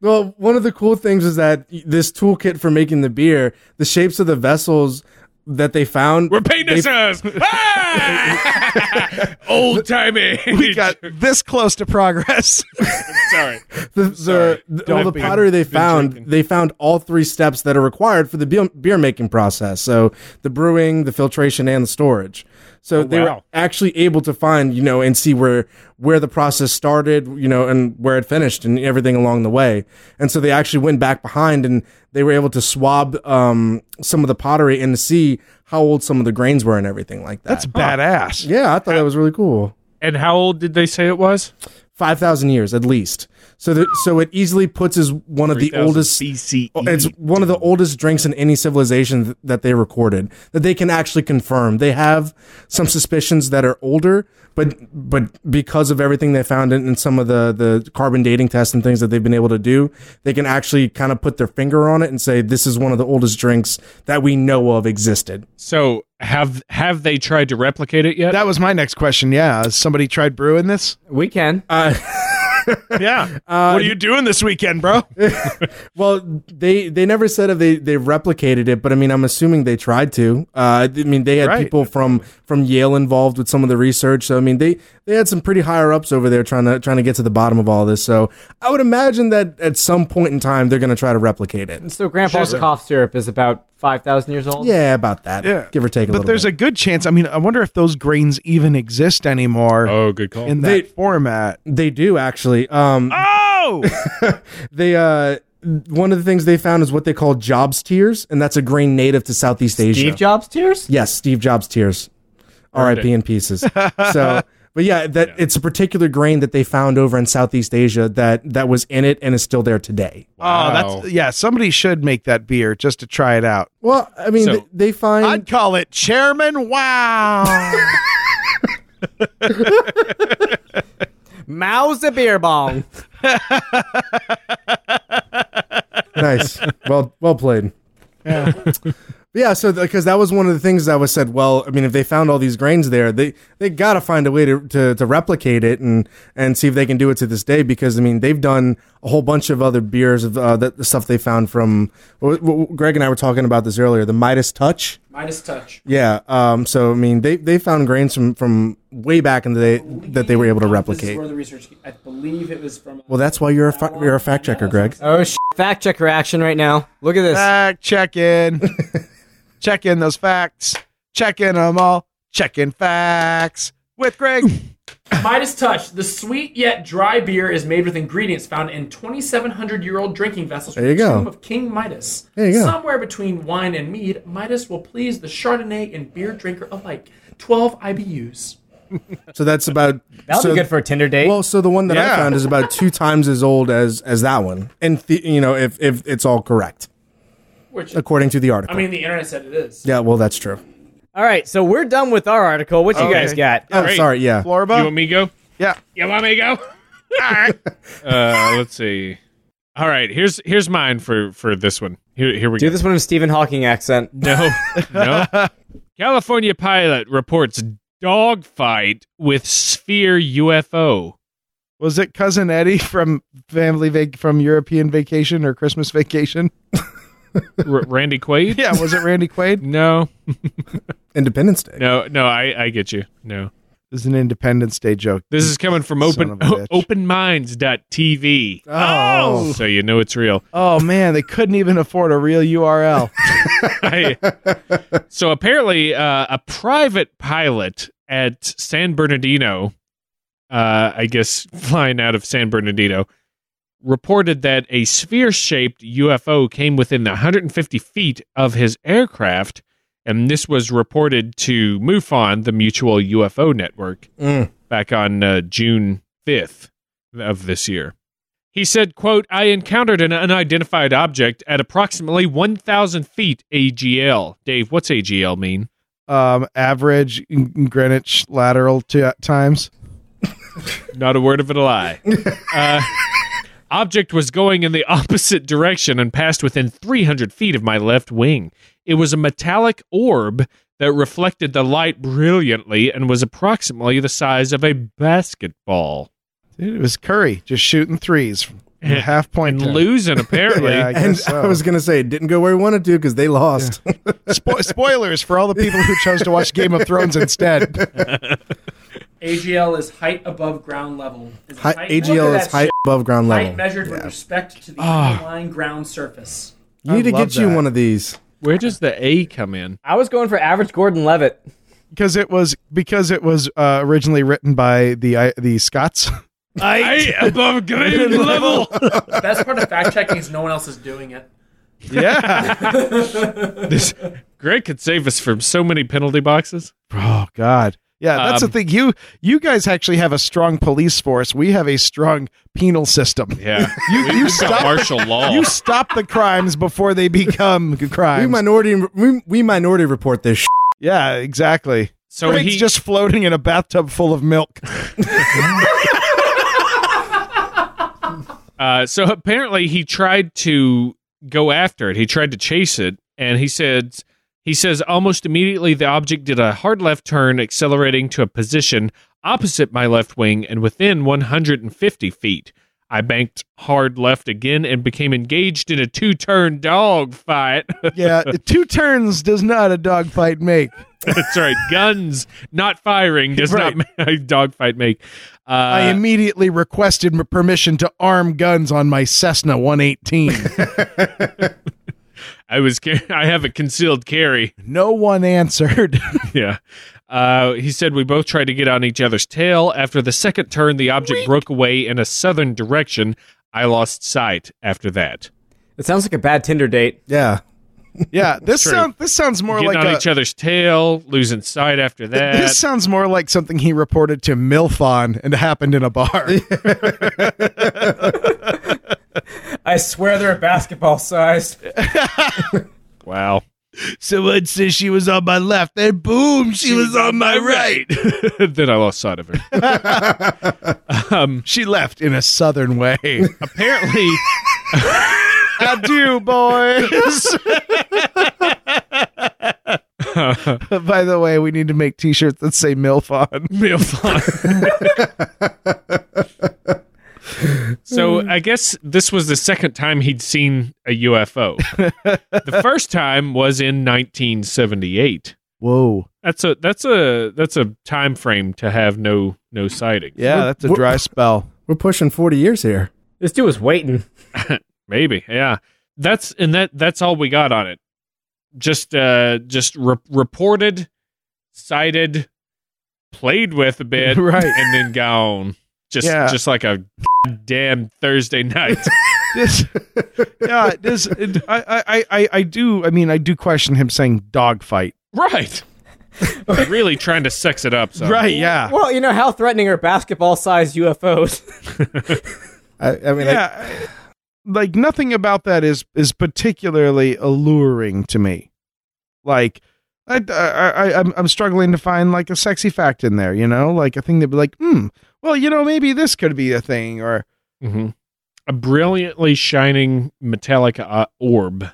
Well, one of the cool things is that this toolkit for making the beer, the shapes of the vessels that they found
We're
they-
penises! Ah! Old timey.
We got this close to progress.
sorry.
the, the, the, all the
be-
pottery they
been
found,
drinking.
they found all three steps that are required for the beer, beer making process. So the brewing, the filtration, and the storage. So they were
Oh, wow.
actually able to find, you know, and see where where the process started, you know, and where it finished, and everything along the way. And so they actually went back behind, and they were able to swab um, some of the pottery and to see how old some of the grains were and everything like that.
That's badass.
yeah, I thought that was really cool.
And how old did they say it was?
five thousand years at least. So that so it easily puts as one of the
3000
oldest.
BCE.
Oh, It's one of the oldest drinks in any civilization th- that they recorded that they can actually confirm. They have some suspicions that are older, but but because of everything they found in, in some of the the carbon dating tests and things that they've been able to do, they can actually kind of put their finger on it and say this is one of the oldest drinks that we know of existed.
So have have they tried to replicate it yet?
That was my next question. Yeah, has somebody tried brewing this?
We can.
Yeah. what are you doing this weekend, bro?
Well, they they never said if they they replicated it, but I mean, I'm assuming they tried to. Uh, I mean, they had
Right.
people from from Yale involved with some of the research, so I mean, they they had some pretty higher ups over there trying to trying to get to the bottom of all this. So I would imagine that at some point in time, they're going to try to replicate it.
So grandpa's cough syrup is about five thousand years old.
Yeah, about that.
Yeah.
give or take a
but
little.
there's
bit.
a good chance. I mean, I wonder if those grains even exist anymore
oh, good call.
in that
They-
format.
they do actually. Um,
Oh,
they uh, one of the things they found is what they call Jobs tears, and that's a grain native to Southeast Asia.
Steve Jobs tears.
Yes, Steve Jobs tears. R.I.P. in pieces. So, but yeah, that it's a particular grain that they found over in Southeast Asia that that was in it and is still there today.
oh, that's yeah. Somebody should make that beer just to try it out.
Well, I mean,
So-
th- they find
I'd call it Chairman Wow.
Mao's a beer bong.
nice. Well, well played. Yeah. yeah. So, because that was one of the things that was said. Well, I mean, if they found all these grains there, they they got to find a way to, to to replicate it and and see if they can do it to this day. Because I mean, they've done a whole bunch of other beers of uh, that the stuff they found from. What, what, Greg and I were talking about this earlier. The Midas Touch.
Minus touch.
Yeah. Um. So I mean, they they found grains from from way back in the day that they were able to
This is
replicate.
where the research. I believe it was from.
Well, that's why you're a fa- you're a fact checker, Greg.
Oh sh! Fact checker action right now. Look at this.
Fact check in. check in those facts. Check in them all. Check in facts with Greg.
Midas Touch, the sweet yet dry beer is made with ingredients found in 2,700 year old drinking vessels from
There you
the
go.
tomb of King Midas.
There you go.
Somewhere between wine and mead, Midas will please the Chardonnay and beer drinker alike. 12 IBUs.
So that's about.
That'll
so-
be good for a Tinder date.
Well, so the one that
Yeah.
I found is about two times as old as as that one, and the, you know if if it's all correct
Which,
according to the article.
I mean, the internet said it is.
yeah, well, that's true.
All right, so we're done with our article. What you
Okay.
guys got?
Oh,
Great.
sorry. Yeah,
you
Florba?
want me to go?
uh, Yeah.
You want me to go? All right. uh, let's see. All right. Here's here's mine for for this one. Here here we
Do
go.
this one in a Stephen Hawking accent.
No, no. California pilot reports dogfight with sphere UFO.
Was it cousin Eddie from family vac- from European vacation or Christmas vacation?
R- Randy Quaid?
Yeah, was it Randy Quaid?
No,
Independence Day.
no, no. I I get you. No.
It was an Independence Day joke.
This is coming from
Son
open
of a bitch.
openminds.tv.
Oh.
So you know it's real.
Oh man, they couldn't even afford a real URL.
I- so apparently, uh, a private pilot at San Bernardino, uh, I guess flying out of San Bernardino, reported that a sphere shaped UFO came within the 150 feet of his aircraft, and this was reported to MUFON, the Mutual UFO Network,
Mm.
back on uh, June 5th of this year. He said, quote, I encountered an unidentified object at approximately 1,000 feet AGL. Dave, what's AGL mean?
Um, average Greenwich lateral t- times.
Not a word of it a lie. uh, object was going in the opposite direction and passed within 300 feet of my left wing. It was a metallic orb that reflected the light brilliantly and was approximately the size of a basketball.
Dude, it was Curry just shooting threes, from half point.
And
to-
losing, apparently.
Yeah, I guess
And
so.
I was gonna say it didn't go where we wanted to because they lost.
Spo- spoilers for all the people who chose to watch Game of Thrones instead.
AGL is height above ground level. Is
Hi-
height- Look
AGL
at
is
that
height
shit.
above ground
Height
level. Ah.
measured with respect to the underlying ground surface.
You need to
love
get you
that.
one of these.
Where does the A come in?
I was going for average Gordon Levitt.
because it was because it was uh, originally written by the I the Scots.
I above grade level.
The best part of fact checking is no one else is doing it.
Yeah.
Greg could save us from so many penalty boxes.
oh God. Yeah, that's
Um,
the thing. You you guys actually have a strong police force. We have a strong penal system.
Yeah,
You-
We've
you
got
stop-
martial law.
You stop the crimes before they become crimes.
We minority we, we minority report this. Sh-
yeah, exactly.
so
Frank's
he
just floating in a bathtub full of milk.
Uh, so apparently he tried to go after it. He tried to chase it, and he said he says almost immediately the object did a hard left turn, accelerating to a position opposite my left wing and within 150 feet. I banked hard left again and became engaged in a two-turn dog fight.
Yeah, two turns does not a dogfight make.
That's right, guns not firing does not make a dog fight make. Uh,
I immediately requested m- permission to arm guns on my Cessna 118.
I was car- I have a concealed carry.
no one answered.
yeah. Uh, he said we both tried to get on each other's tail. After the second turn, the object broke away in a southern direction. I lost sight after that.
It sounds like a bad Tinder date.
yeah.
yeah, this
True.
sounds this sounds more
Getting
like
on
a,
each other's tail, losing sight after that.
This sounds more like something he reported to Milfon and happened in a bar.
I swear they're basketball sized.
wow.
Someone says she was on my left, and boom, she was on my right.
then I lost sight of her.
She left in a southern way.
Apparently,
Adieu, boys. By the way, we need to make T-shirts that say Milfon.
Milfon. so I guess this was the second time he'd seen a UFO. the first time was in 1978.
Whoa,
That's a that's a that's a time frame to have no no sightings.
yeah, that's a dry spell.
We're pushing 40 years here.
This dude was waiting.
Maybe. Yeah. That's and that that's all we got on it. Just uh just re- reported, cited, played with a bit,
Right.
and then gone. Just
Yeah.
just like a damn Thursday night.
This, yeah, this. it- I, I, I, I do. I mean, I do question him saying dogfight.
right. really trying to sex it up. So.
Right? Yeah.
Well, you know how threatening are basketball sized UFOs?
I, I mean, I,
yeah I- like nothing about that is is particularly alluring to me like I, I I I'm I'm struggling to find like a sexy fact in there, you know, like a thing that'd be like, hmm, well, you know, maybe this could be a thing, or
Mhm. A brilliantly shining metallic uh, orb.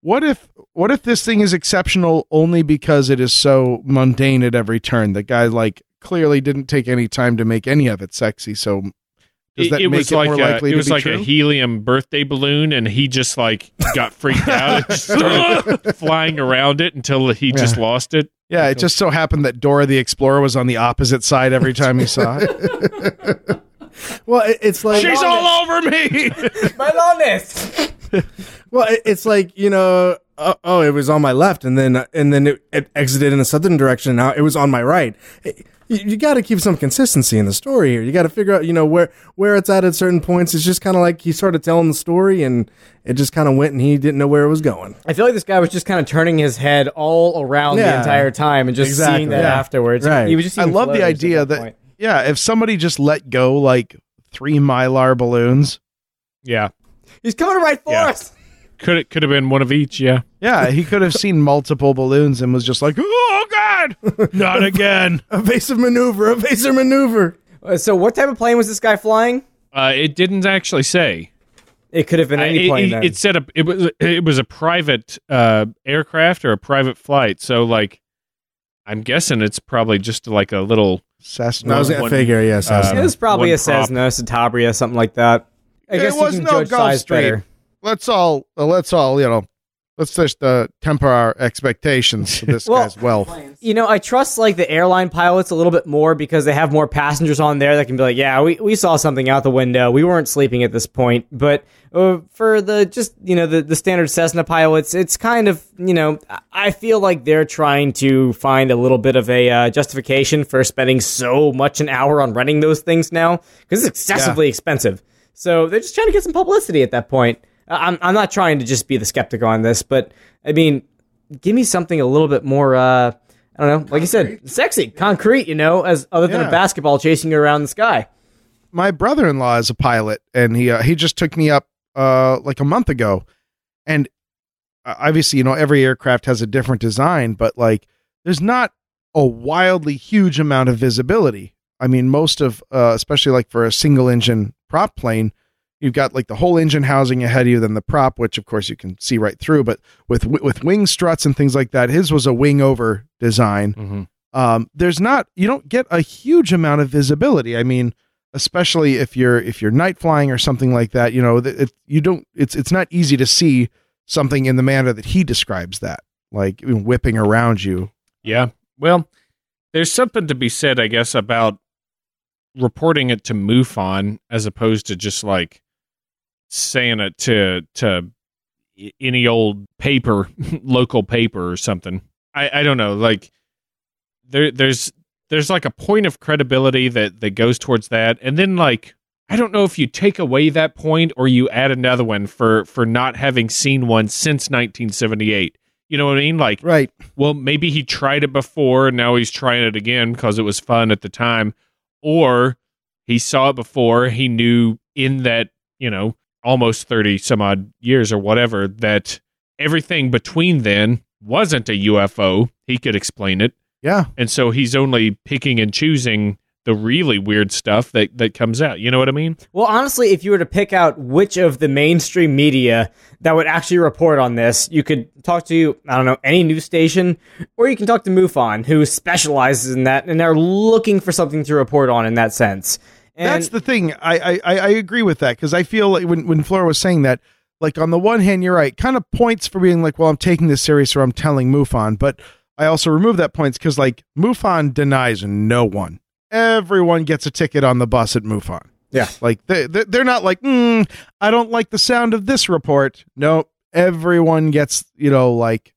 what if what if this thing is exceptional only because it is so mundane at every turn? The guy like clearly didn't take any time to make any of it sexy, so does that make it more
a,
likely
it
to
was
be
like a
true?
helium birthday balloon and he just like got freaked out and just started flying around it until he just lost it
yeah, it just so happened that Dora the Explorer was on the opposite side every time he saw it.
well, it, it's like
she's all over me
My honest.
well, it, it's like you know, uh, oh, it was on my left, and then and then it, it exited in a southern direction. and Now it was on my right. It- you got to keep some consistency in the story here. You got to figure out, you know, where where it's at at certain points. It's just kind of like he started telling the story, and it just kind of went, and he didn't know where it was going.
I feel like this guy was just kind of turning his head all around the
Yeah.
entire time and just
Exactly.
seeing that
Yeah.
afterwards.
Right.
He was just
I
even
love the
floating at
idea that
point.
yeah, if somebody just let go like three mylar balloons,
yeah
he's coming right for
Yeah.
us.
could it could have been one of each yeah
yeah, he could have seen multiple balloons and was just like, oh god, not again.
Evasive maneuver, evasive maneuver.
Uh, So, what type of plane was this guy flying?
uh, it didn't actually say
It could have been
Uh,
any
it,
plane.
it-
then.
it said a, it was it was a private uh, aircraft or a private flight so like i'm guessing it's probably just like a little
Cessna.
I was gonna
one-
figure, yes,
uh,
It was probably
one
a
prop.
Cessna, Satabria, something like that. I
It
guess you
was
can
no
judge size
Gulfstream.
better.
let's all uh, let's all you know, let's just uh, temper our expectations for this
Well-
guy's wealth.
You know, I trust like the airline pilots a little bit more because they have more passengers on there that can be like, yeah, we, we saw something out the window. We weren't sleeping at this point. But uh, for the just, you know, the, the standard Cessna pilots, it's kind of, you know, I- I feel like they're trying to find a little bit of a uh, justification for spending so much an hour on renting those things now because it's excessively expensive. So they're just trying to get some publicity at that point. I- I'm, I'm not trying to just be the skeptic on this, but I mean, give me something a little bit more uh I don't know. Like you said, sexy, concrete. You know, as other than
Yeah.
a basketball chasing you around the sky.
my brother-in-law is a pilot and he uh, he just took me up uh like a month ago and uh, obviously you know every aircraft has a different design but like there's not a wildly huge amount of visibility i mean most of uh, especially like for a single engine prop plane you've got like the whole engine housing ahead of you then the prop which of course you can see right through but with wi- with wing struts and things like that his was a wing over design um, there's not you don't get a huge amount of visibility. I mean, especially if you're if you're night flying or something like that, you know, th- it, you don't. It's it's not easy to see something in the manner that he describes that, like whipping around you.
Yeah. Well, there's something to be said, I guess, about reporting it to MUFON as opposed to just like saying it to to i- any old paper, local paper or something. I, I don't know. Like there there's there's like a point of credibility that that goes towards that, and then like. I don't know if you take away that point or you add another one for for not having seen one since 1978. You know what I mean? Like
Right.
well, maybe he tried it before and now he's trying it again because it was fun at the time. Or he saw it before, he knew in that, you know, almost 30 some odd years or whatever that everything between then wasn't a UFO. He could explain it.
Yeah.
And so he's only picking and choosing the really weird stuff that, that comes out. You know what I mean?
Well, honestly, if you were to pick out which of the mainstream media that would actually report on this, you could talk to, I don't know, any news station, or you can talk to MUFON, who specializes in that, and they're looking for something to report on in that sense. And
That's the thing. I I, I I agree with that because I feel like when when Flora was saying that, like on the one hand, you're right, kind of points for being like, well, I'm taking this serious or I'm telling Mufon, but I also remove that points because like Mufon denies no one. Everyone gets a ticket on the bus at Mufon.
Yeah.
like they they- they're not like, mm, I don't like the sound of this report. No, everyone gets you know like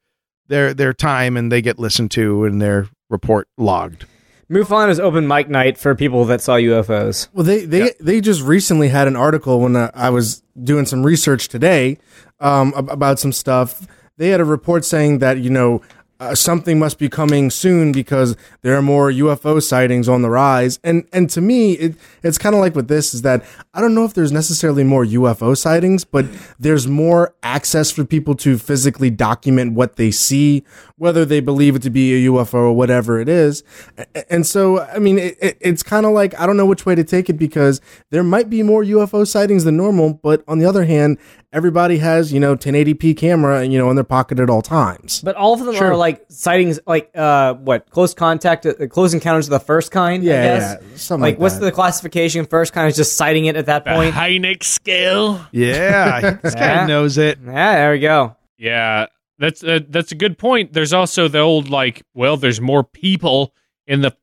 their their time and they get listened to and their report logged.
MUFON is open mic night for people that saw UFOs.
Well, they they they just recently had an article when uh, I was doing some research today um, ab- about some stuff. They had a report saying that you know uh, something must be coming soon because there are more UFO sightings on the rise. And and to me, it it's kind of like with this is that I don't know if there's necessarily more UFO sightings, but there's more access for people to physically document what they see, whether they believe it to be a UFO or whatever it is. A- a- And so, I mean, it, it- it's kind of like I don't know which way to take it because there might be more UFO sightings than normal, but on the other hand, everybody has you know 1080p camera you know in their pocket at all times.
But all of them are like sightings, like uh, what close contact, uh, close encounters of the first kind. I
Yeah,
guess.
yeah, something
Like,
like,
what's
that.
the classification? First kind is just sighting it at that
Ah.
point.
Heineck scale.
Yeah, this guy
Yeah.
knows it.
Yeah, there we go.
Yeah, that's uh, that's a good point. There's also the old like, well, there's more people in the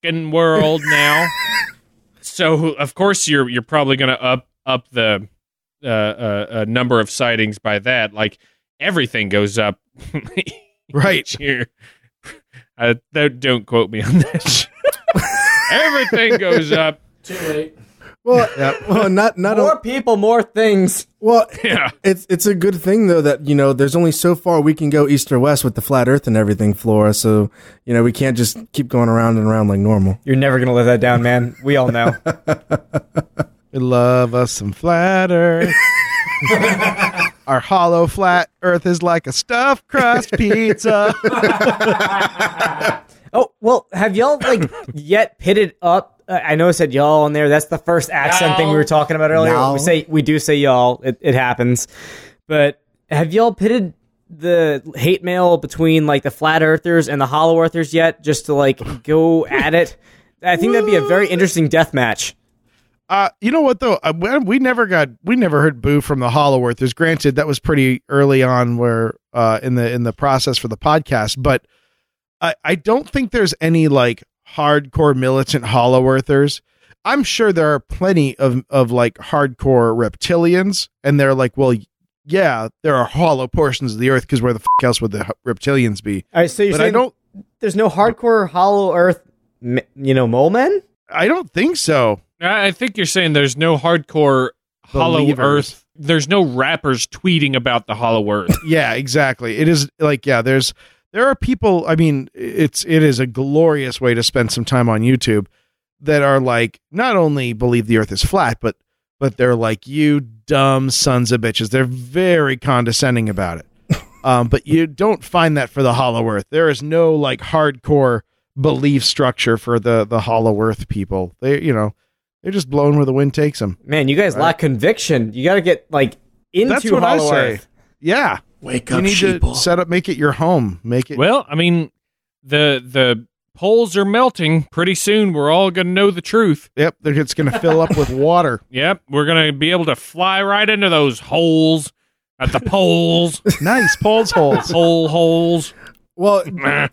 fing world now, so of course you're you're probably going to up up the uh, uh, uh, number of sightings by that. Like everything goes up
Right.
each year. Uh, don't, don't quote me on that. everything goes up.
Too late.
well, well, not not
More
a,
people, more things.
well.
Yeah.
It's it's a good thing though that you know there's only so far we can go east or west with the flat Earth and everything, Flora. So you know we can't just keep going around and around like normal.
You're never gonna live that down, man. We all know.
We love us some flat earth. Our hollow flat earth is like a stuffed crust pizza.
oh well, have y'all like yet pitted up? Uh, I know it said y'all on there. That's the first accent thing we were talking about earlier.
No.
We say we do say y'all. It, it happens. But have y'all pitted the hate mail between like the flat earthers and the hollow earthers yet? Just to like go at it. I think that'd be a very interesting death match.
uh, you know what though? Uh, we- we never got we never heard boo from the hollow earthers. Granted, that was pretty early on where uh, in the in the process for the podcast, but I, I don't think there's any like hardcore militant hollow earthers. I'm sure there are plenty of of like hardcore reptilians, and they're like, well, yeah, there are hollow portions of the earth because where the fuck else would the h- reptilians be?
All right, so you're
but I
saying
don't
there's no hardcore hollow earth, m- you know, mole men.
I don't think so.
I I think you're saying there's no hardcore hollow
Believers.
earth. There's no rappers tweeting about the hollow earth.
Yeah, exactly. It is like yeah, there's there are people. I mean, it's it is a glorious way to spend some time on YouTube that are like not only believe the Earth is flat, but but they're like you dumb sons of bitches. They're very condescending about it. Um, but you don't find that for the Hollow Earth. There is no like hardcore belief structure for the the Hollow Earth people. They you know they're just blown where the wind takes them.
Man, you guys lack conviction. You got to get like into
That's what I
Hollow
say.
Earth.
Yeah,
Wake
you need to set up, make it your home, make it.
Well, I mean, the the poles are melting. Pretty soon, we're all going to know the truth.
Yep, they're just going to fill up with water.
Yep, we're going to be able to fly right into those holes at the poles,
nice, Paul's holes.
pole holes.
Well,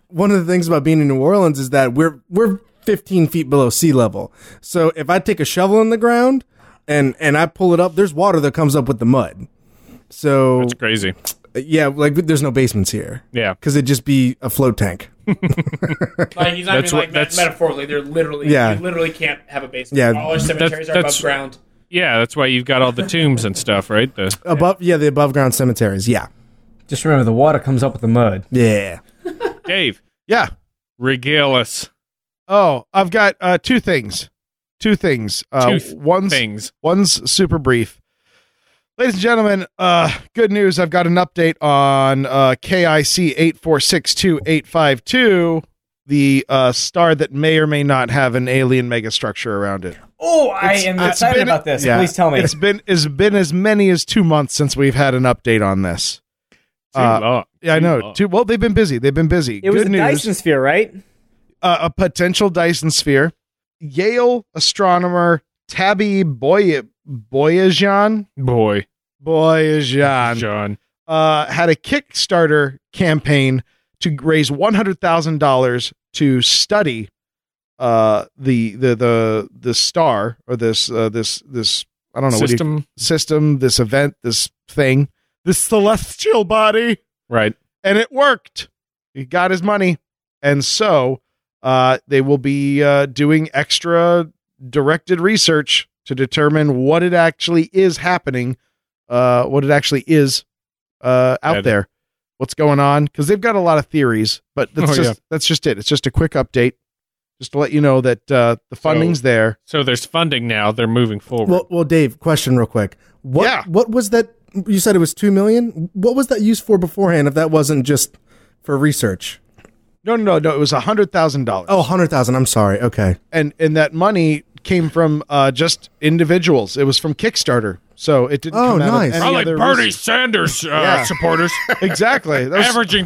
one of the things about being in New Orleans is that we're we're 15 feet below sea level. So if I take a shovel in the ground and and I pull it up, there's water that comes up with the mud. So
It's crazy.
yeah, like there's no basements here
Yeah,
because it'd just be a float tank.
Like he's not
That's what-
even like met-
that's-
metaphorically. They're literally,
Yeah.
yeah. you literally can't have a basement.
Yeah.
all our cemeteries are
that's-
above ground.
yeah. That's why you've got all the tombs and stuff, right? The,
Above, yeah, the above ground cemeteries. Yeah,
Just remember, the water comes up with the mud.
yeah.
Dave,
yeah.
regale us.
Oh, I've got uh, two things. Two things. Uh,
Two th-
one's
things.
one's super brief. Ladies and gentlemen, uh, good news. I've got an update on uh, KIC eight four six two eight five two, the uh, star that may or may not have an alien megastructure around it.
Oh, I
It's-
am
it's
excited
been-
about this.
yeah.
Please tell me.
It's been it's been as many as two months since we've had an update on this.
Too
Uh,
long.
Yeah, I
Too
know.
long.
Two, well, they've been busy. They've been busy.
it was
Good
the
news.
Dyson sphere, right?
uh, a potential Dyson sphere. Yale astronomer Tabby Boy Boyajian
Boy,
Boyajian
John.
uh, had a Kickstarter campaign to raise one hundred thousand dollars to study uh, the the the the star or this uh, this this I don't know what do you-
System,
system this event this thing this celestial body
right?
and it worked. He got his money, and so uh, they will be uh, doing extra directed research to determine what it actually is happening, uh, what it actually is uh, out
Ed.
there, what's going on, because they've got a lot of theories. But that's
Oh,
just
yeah.
that's just it. It's just a quick update, just to let you know that uh, the funding's there.
So there's funding now. They're moving forward.
Well, well, Dave, question real quick. What
Yeah.
what was that? You said it was two million. What was that used for beforehand? If that wasn't just for research?
No, no, no, no. It was a hundred thousand dollars.
Oh, hundred thousand. I'm sorry. Okay.
and and that money came from uh, just individuals. It was from Kickstarter, so it didn't.
Oh,
come out
nice.
Of any
Probably
other
Bernie
res-
Sanders uh,
Yeah.
supporters
exactly. That was
averaging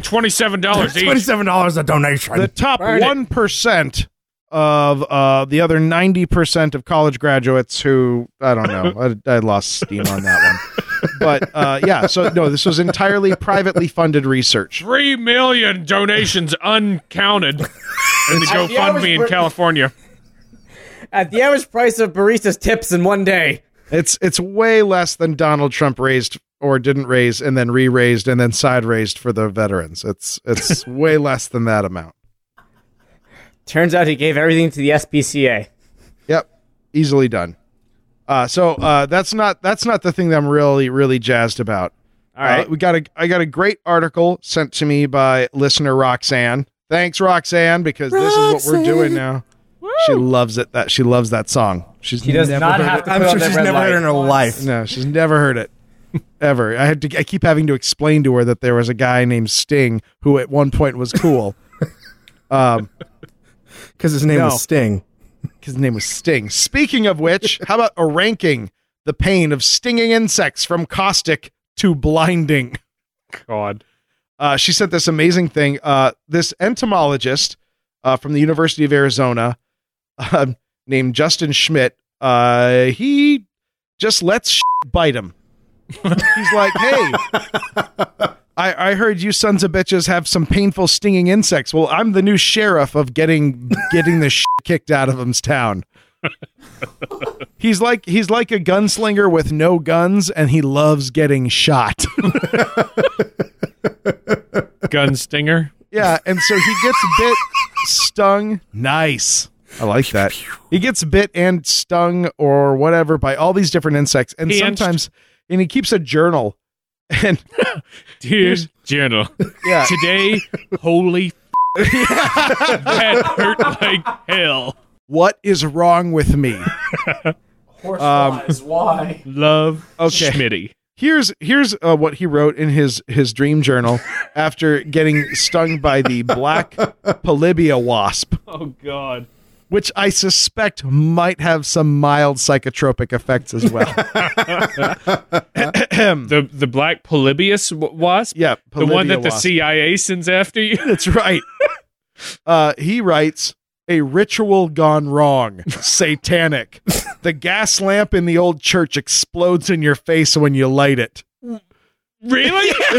twenty-seven dollars each.
Twenty-seven dollars a donation.
the top one percent of uh, the other ninety percent of college graduates who I don't know. I, I lost steam on that one, but uh, yeah. So no, this was entirely privately funded research.
Three million donations uncounted in the
hours
GoFundMe in
were-
California.
At the average price of barista's tips in one day.
It's it's way less than Donald Trump raised or didn't raise and then re-raised and then side raised for the veterans. It's it's way less than that amount.
Turns out he gave everything to the SPCA.
Yep, easily done. Uh, so uh, that's not that's not the thing that I'm really really jazzed about. All
right.
we got a I got a great article sent to me by listener Roxanne. Thanks Roxanne, because this is what we're doing now. She loves it. That she loves that song. She's
He does
never
not
heard
have
it.
to. Put
I'm
on
sure
that
she's
red
never
light.
heard in her life.
No, she's never heard it. Ever. I had to. I keep having to explain to her that there was a guy named Sting who at one point was cool. um,
Because his name
No.
was Sting.
His name was Sting. Speaking of which, how about a ranking the pain of stinging insects from caustic to blinding?
God,
Uh, she sent this amazing thing. Uh, this entomologist uh, from the University of Arizona um, named Justin Schmidt, uh, he just lets shit bite him. He's like, hey, I, I heard you sons of bitches have some painful stinging insects. Well, I'm the new sheriff of getting getting the shit kicked out of him's town. he's like he's like a gunslinger with no guns, and he loves getting shot.
gun stinger.
Yeah, and so he gets bit, stung. Nice. I like that. He gets bit and stung or whatever by all these different insects, and
Pinched.
sometimes, and he keeps a journal And
Dear General,
Yeah.
today, holy f- that hurt like hell.
what is wrong with me?
Horse
Um,
flies, why?
Love
Okay.
Schmitty.
Here's here's uh, what he wrote in his his dream journal after getting stung by the black polybia wasp,
Oh God.
which I suspect might have some mild psychotropic effects as well.
Hmm. The the black Polybius w- wasp.
Yeah,
the one
Polybia
that the
wasp.
CIA sends after you.
That's right. Uh, he writes a ritual gone wrong, satanic. the gas lamp in the old church explodes in your face when you light it.
Really?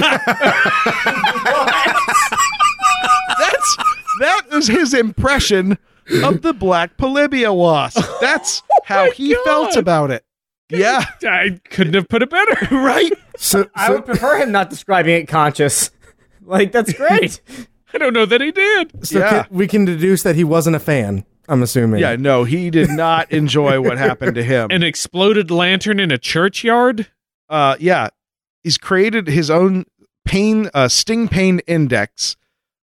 That's that is his impression of the black polybia wasp. That's how he
God.
felt about it. Yeah,
I couldn't have put it better.
right.
So,
I
so-
would prefer him not describing it conscious. Like that's great.
I don't know that he did.
so
yeah.
can- we can deduce that he wasn't a fan. I'm assuming.
Yeah, no, he did not enjoy what happened to him.
An exploded lantern in a churchyard.
uh yeah he's created his own pain uh sting pain index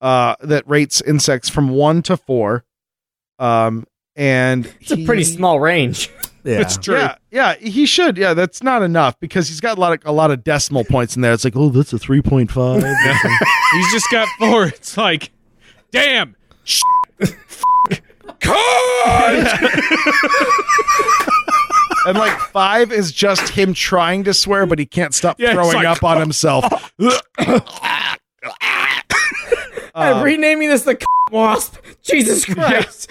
uh that rates insects from 1 to 4 um and
It's a pretty small range.
yeah.
That's true.
yeah yeah he should yeah that's not enough because he's got a lot of a lot of decimal points in there it's like oh that's a 3.5
He's just got four. It's like, damn. Sh-
and like 5 is just him trying to swear but he can't stop
Yeah, it's
throwing
like-
up on himself
I'm renaming this the wasp. Jesus Christ.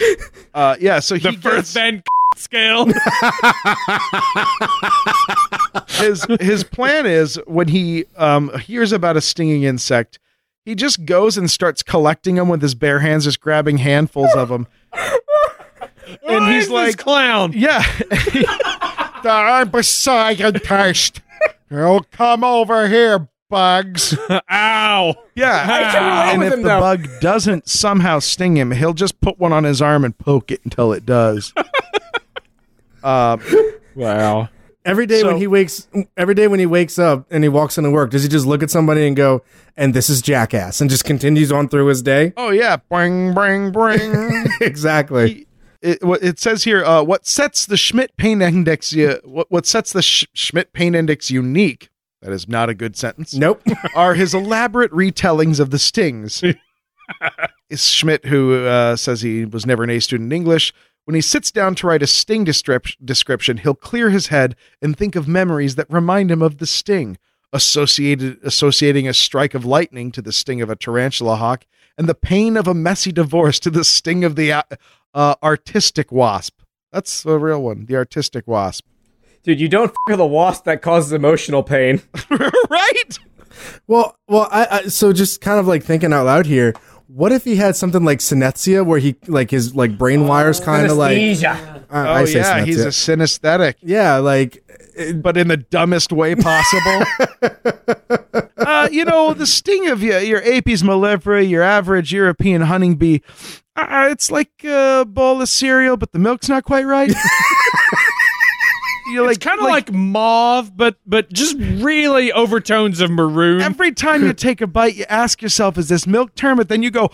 uh yeah so he
The
gets-
first then scale.
his his plan is when he um, hears about a stinging insect, he just goes and starts collecting them with his bare hands, just grabbing handfuls of them.
and
he's like-
clown.
Yeah, I'm beside and taste. Oh, come over here, bugs.
Ow.
Yeah,
can relate
and
with
if
him
the
though.
bug doesn't somehow sting him, he'll just put one on his arm and poke it until it does. Um,
Wow.
Every day
So-
when he wakes, every day when he wakes up and he walks into work, does he just look at somebody and go, "And this is jackass," and just continues on through his day?
oh yeah, bring, bring, bring.
exactly.
it, what- it says here uh, what sets the Schmidt pain index uh, what, what sets the Sch- Schmidt pain index unique that is not a good sentence
nope.
are his elaborate retellings of the stings It's Schmidt who uh, says he was never an A student in English when he sits down to write a sting descrip- description he'll clear his head and think of memories that remind him of the sting associated associating a strike of lightning to the sting of a tarantula hawk and the pain of a messy divorce to the sting of the uh, uh, artistic wasp. That's the real one, the artistic wasp.
Dude, you don't f with a wasp that causes emotional pain.
right?
Well, well, I, I so just kind of like thinking out loud here. What if he had something like synesthesia, where he like his like brain wires kind of like
Anesthesia.
I,
Oh
I say
yeah, he's a
synesthesia.
synesthetic,
yeah, like
but in the dumbest way possible. uh, you know, the sting of your, your Apis mellifera, your average European hunting bee. Uh, it's like a bowl of cereal, but the milk's not quite right. You're
It's kind of like, mauve, but but just really overtones of maroon.
Every time you take a bite, you ask yourself, is this milk termite? Then you go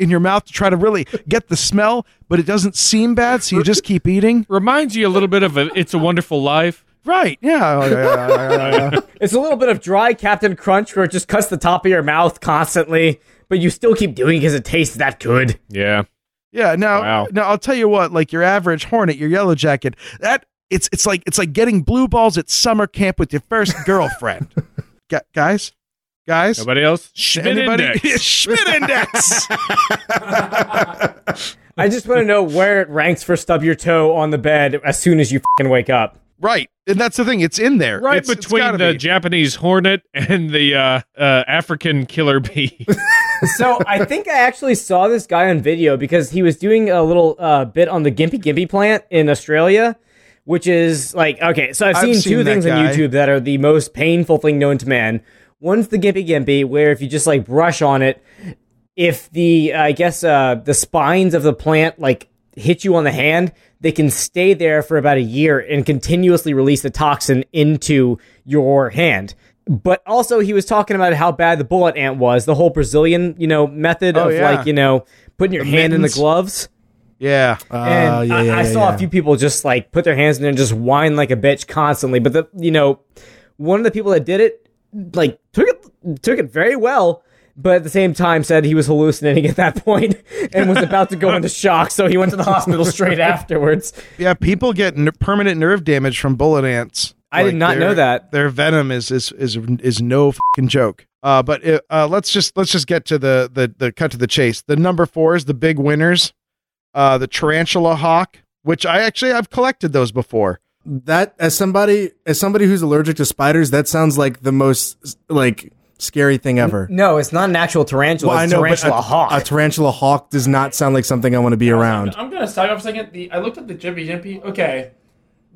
in your mouth to try to really get the smell, but it doesn't seem bad, so you just keep eating.
Reminds you a little bit of a "It's a Wonderful Life."
Right. Yeah. Yeah, yeah, yeah, yeah, yeah.
It's a little bit of dry Captain Crunch where it just cuts the top of your mouth constantly, but you still keep doing it because it tastes that good.
Yeah.
Yeah. Now,
Wow.
now I'll tell you what, like your average hornet, your yellow jacket, that it's it's like it's like getting blue balls at summer camp with your first girlfriend. Gu- guys? Guys?
Nobody else. Schmidt
Anybody?
Index.
Schmidt index.
I just want to know where it ranks for stub your toe on the bed as soon as you fing wake up.
right. And that's the thing. It's in there.
Right
It's- it's
between
gotta
the
be.
Japanese hornet and the uh, uh, African killer bee.
So I think I actually saw this guy on video because he was doing a little uh, bit on the Gimpy Gimpy plant in Australia, which is like okay. So I've
I've
seen,
seen
two
that
things on
guy.
YouTube that are the most painful thing known to man. One's the Gimpy Gimpy, where if you just uh, like brush on it, if the I guess uh, the spines of the plant like hit you on the hand, they can stay there for about a year and continuously release the toxin into your hand. But also, he was talking about how bad the bullet ant was, the whole Brazilian, you know, method
Oh,
of
yeah.
like, you know, putting your
The
hand in the
mittens.
gloves.
Yeah.
And
Uh, yeah,
I,
yeah, yeah,
I saw
yeah.
a few people just like put their hands in there and just whine like a bitch constantly. But the you know, one of the people that did it like took it took it very well, but at the same time said he was hallucinating at that point and was about to go into shock, so he went to the hospital straight afterwards.
Yeah, people get n- permanent nerve damage from bullet ants.
I did not
their-
know that.
their venom is is is is no fucking joke. Uh, but uh, uh, let's just let's just get to the the the cut to the chase. The number four is the big winners. Uh, the tarantula hawk, which I actually I've collected those before.
that as somebody as somebody who's allergic to spiders, that sounds like the most like scary thing ever.
No, it's not an actual tarantula. it's
but
tarantula
a,
hawk.
A tarantula hawk does not sound like something I want to be around.
I'm gonna stop you off a second. The I looked up the jimpy jimpy. Okay,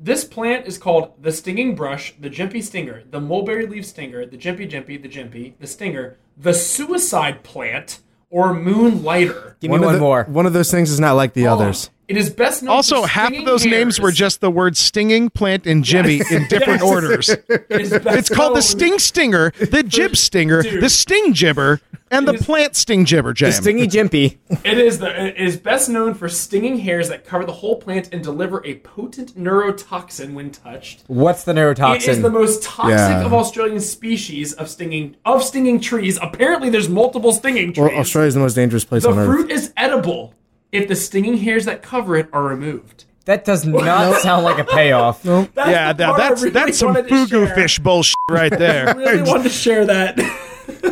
this plant is called the stinging brush, the jimpy stinger, the mulberry leaf stinger, the jimpy jimpy, the jimpy, the stinger, the suicide plant, or moonlighter.
Give me one,
of the-
more.
One of those things is not like the
Oh.
others.
It is best known.
Also,
for
half of
stinging
those names
hairs.
were just the words stinging, plant, and Jimmy in different orders.
It is best
It's called the
known-
sting stinger, the jib stinger,
Dude.
the sting jibber, and the plant sting jibber jam.
Stingy Jimpy.
It is the it is best known for stinging hairs that cover the whole plant and deliver a potent neurotoxin when touched.
What's the
It is the
neurotoxin?
most toxic
Yeah.
of Australian species of stinging of stinging trees. Apparently, there's multiple stinging trees.
Well, Australia's the most dangerous place
the
on earth.
fruit is edible if the stinging hairs that cover it are removed.
That does not sound like a payoff.
That's
Yeah,
the
now
part I
that's
really
that's some
wanted to
fugu
share.
fish bullshit right there.
I really wanted to share that.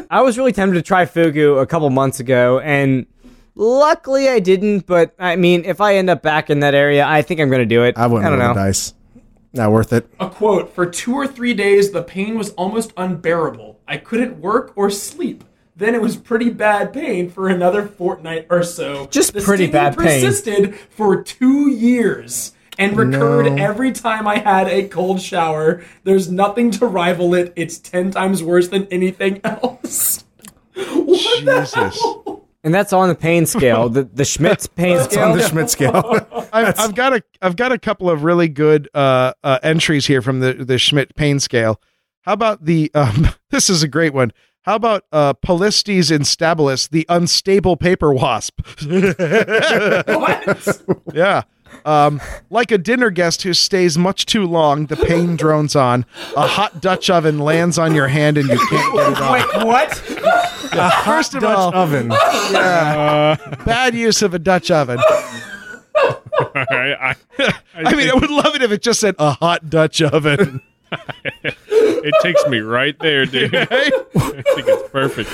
I was really tempted to try fugu a couple months ago, and luckily I didn't. But I mean, if I end up back in that area, I think I'm going to do it.
I wouldn't
I don't
roll
know.
the dice. Not worth it.
A quote For two or three days, the pain was almost unbearable. I couldn't work or sleep. Then it was pretty bad pain for another fortnight or so.
Just
the
pretty
stinging
bad pain.
persisted for two years and recurred
No.
every time I had a cold shower. There's nothing to rival it. It's ten times worse than anything else. what the
Jesus.
hell?
And that's on the pain scale, the the Schmitz pain
It's on
scale.
the Schmidt scale.
I've, I've got a I've got a couple of really good uh, uh, entries here from the the Schmidt pain scale. How about the um, this is a great one. How about uh, Polistes instabilis, the unstable paper wasp?
What?
yeah. Um, like a dinner guest who stays much too long, the pain drones on. A hot Dutch oven lands on your hand and you can't get it off.
what?
First of all,
Dutch oven.
Uh.
bad use of a Dutch oven.
I,
I mean, I would love it if it just said a hot Dutch oven.
it takes me right there, dude. I think it's perfect.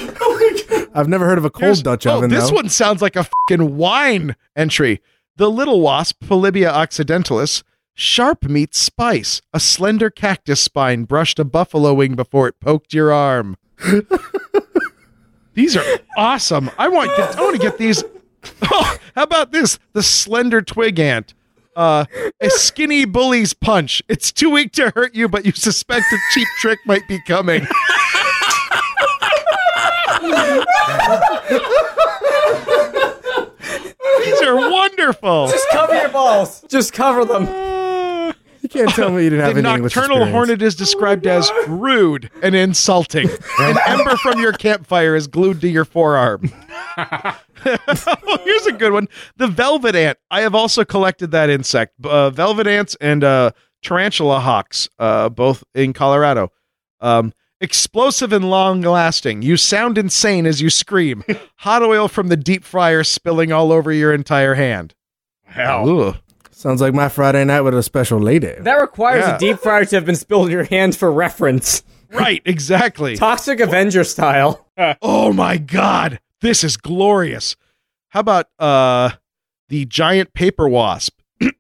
I've never heard of a cold
Here's-
Dutch
oh,
oven
This
though.
one sounds like a fucking wine entry. The little wasp, Polybia occidentalis, sharp meets spice, a slender cactus spine brushed a buffalo wing before it poked your arm. these are awesome. I want I want to get these. Oh, how about this? The slender twig ant. Uh, a skinny bully's punch. It's too weak to hurt you, but you suspect a cheap trick might be coming. These are wonderful.
Just cover your balls. Just cover them.
You can't tell me you didn't have
The
any English
nocturnal
experience.
hornet is described as rude and insulting. An ember from your campfire is glued to your forearm. Oh, here's a good one. The velvet ant. I have also collected that insect. Uh, velvet ants and uh, tarantula hawks, uh, both in Colorado. Um, explosive and long lasting. You sound insane as you scream. Hot oil from the deep fryer spilling all over your entire hand.
Wow.
Ooh.
Sounds like my Friday night with a special lady.
That requires
Yeah.
a deep fryer to have been spilled in your hand for reference.
Right, exactly.
Toxic Avenger style.
Oh my god, this is glorious. How about uh the giant paper wasp?
Wait,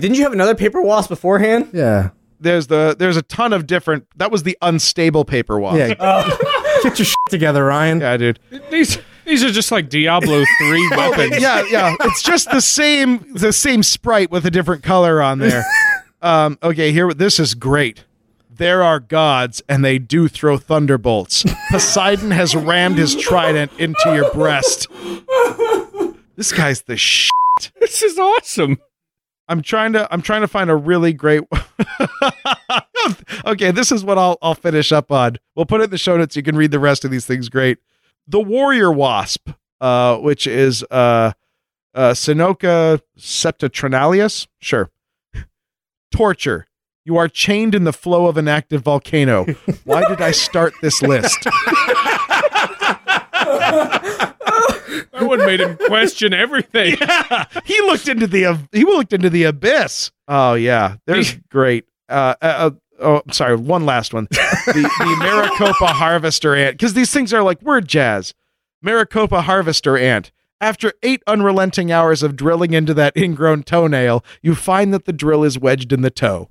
didn't you have another paper wasp beforehand?
yeah.
There's the there's a ton of different that was the unstable paper wasp.
Yeah. Get your shit together, Ryan.
Yeah, dude.
These these are just like Diablo three weapons.
Yeah, yeah. It's just the same the same sprite with a different color on there. Um okay, here this is great. There are gods and they do throw thunderbolts. Poseidon has rammed his trident into your breast. This guy's the shit. What?
This is awesome.
I'm trying to I'm trying to find a really great Okay, this is what I'll I'll finish up on. We'll put it in the show notes. You can read the rest of these things great. The Warrior Wasp, uh, which is uh uh Sinoka septatrinalius. Sure. Torture. You are chained in the flow of an active volcano. Why did I start this list?
That would have made him question everything.
yeah, he looked into the he looked into the abyss. Oh yeah, there's great. Uh, uh, uh, oh, I'm sorry. One last one. The, the Maricopa harvester ant, because these things are like word jazz. Maricopa harvester ant. After eight unrelenting hours of drilling into that ingrown toenail, you find that the drill is wedged in the toe.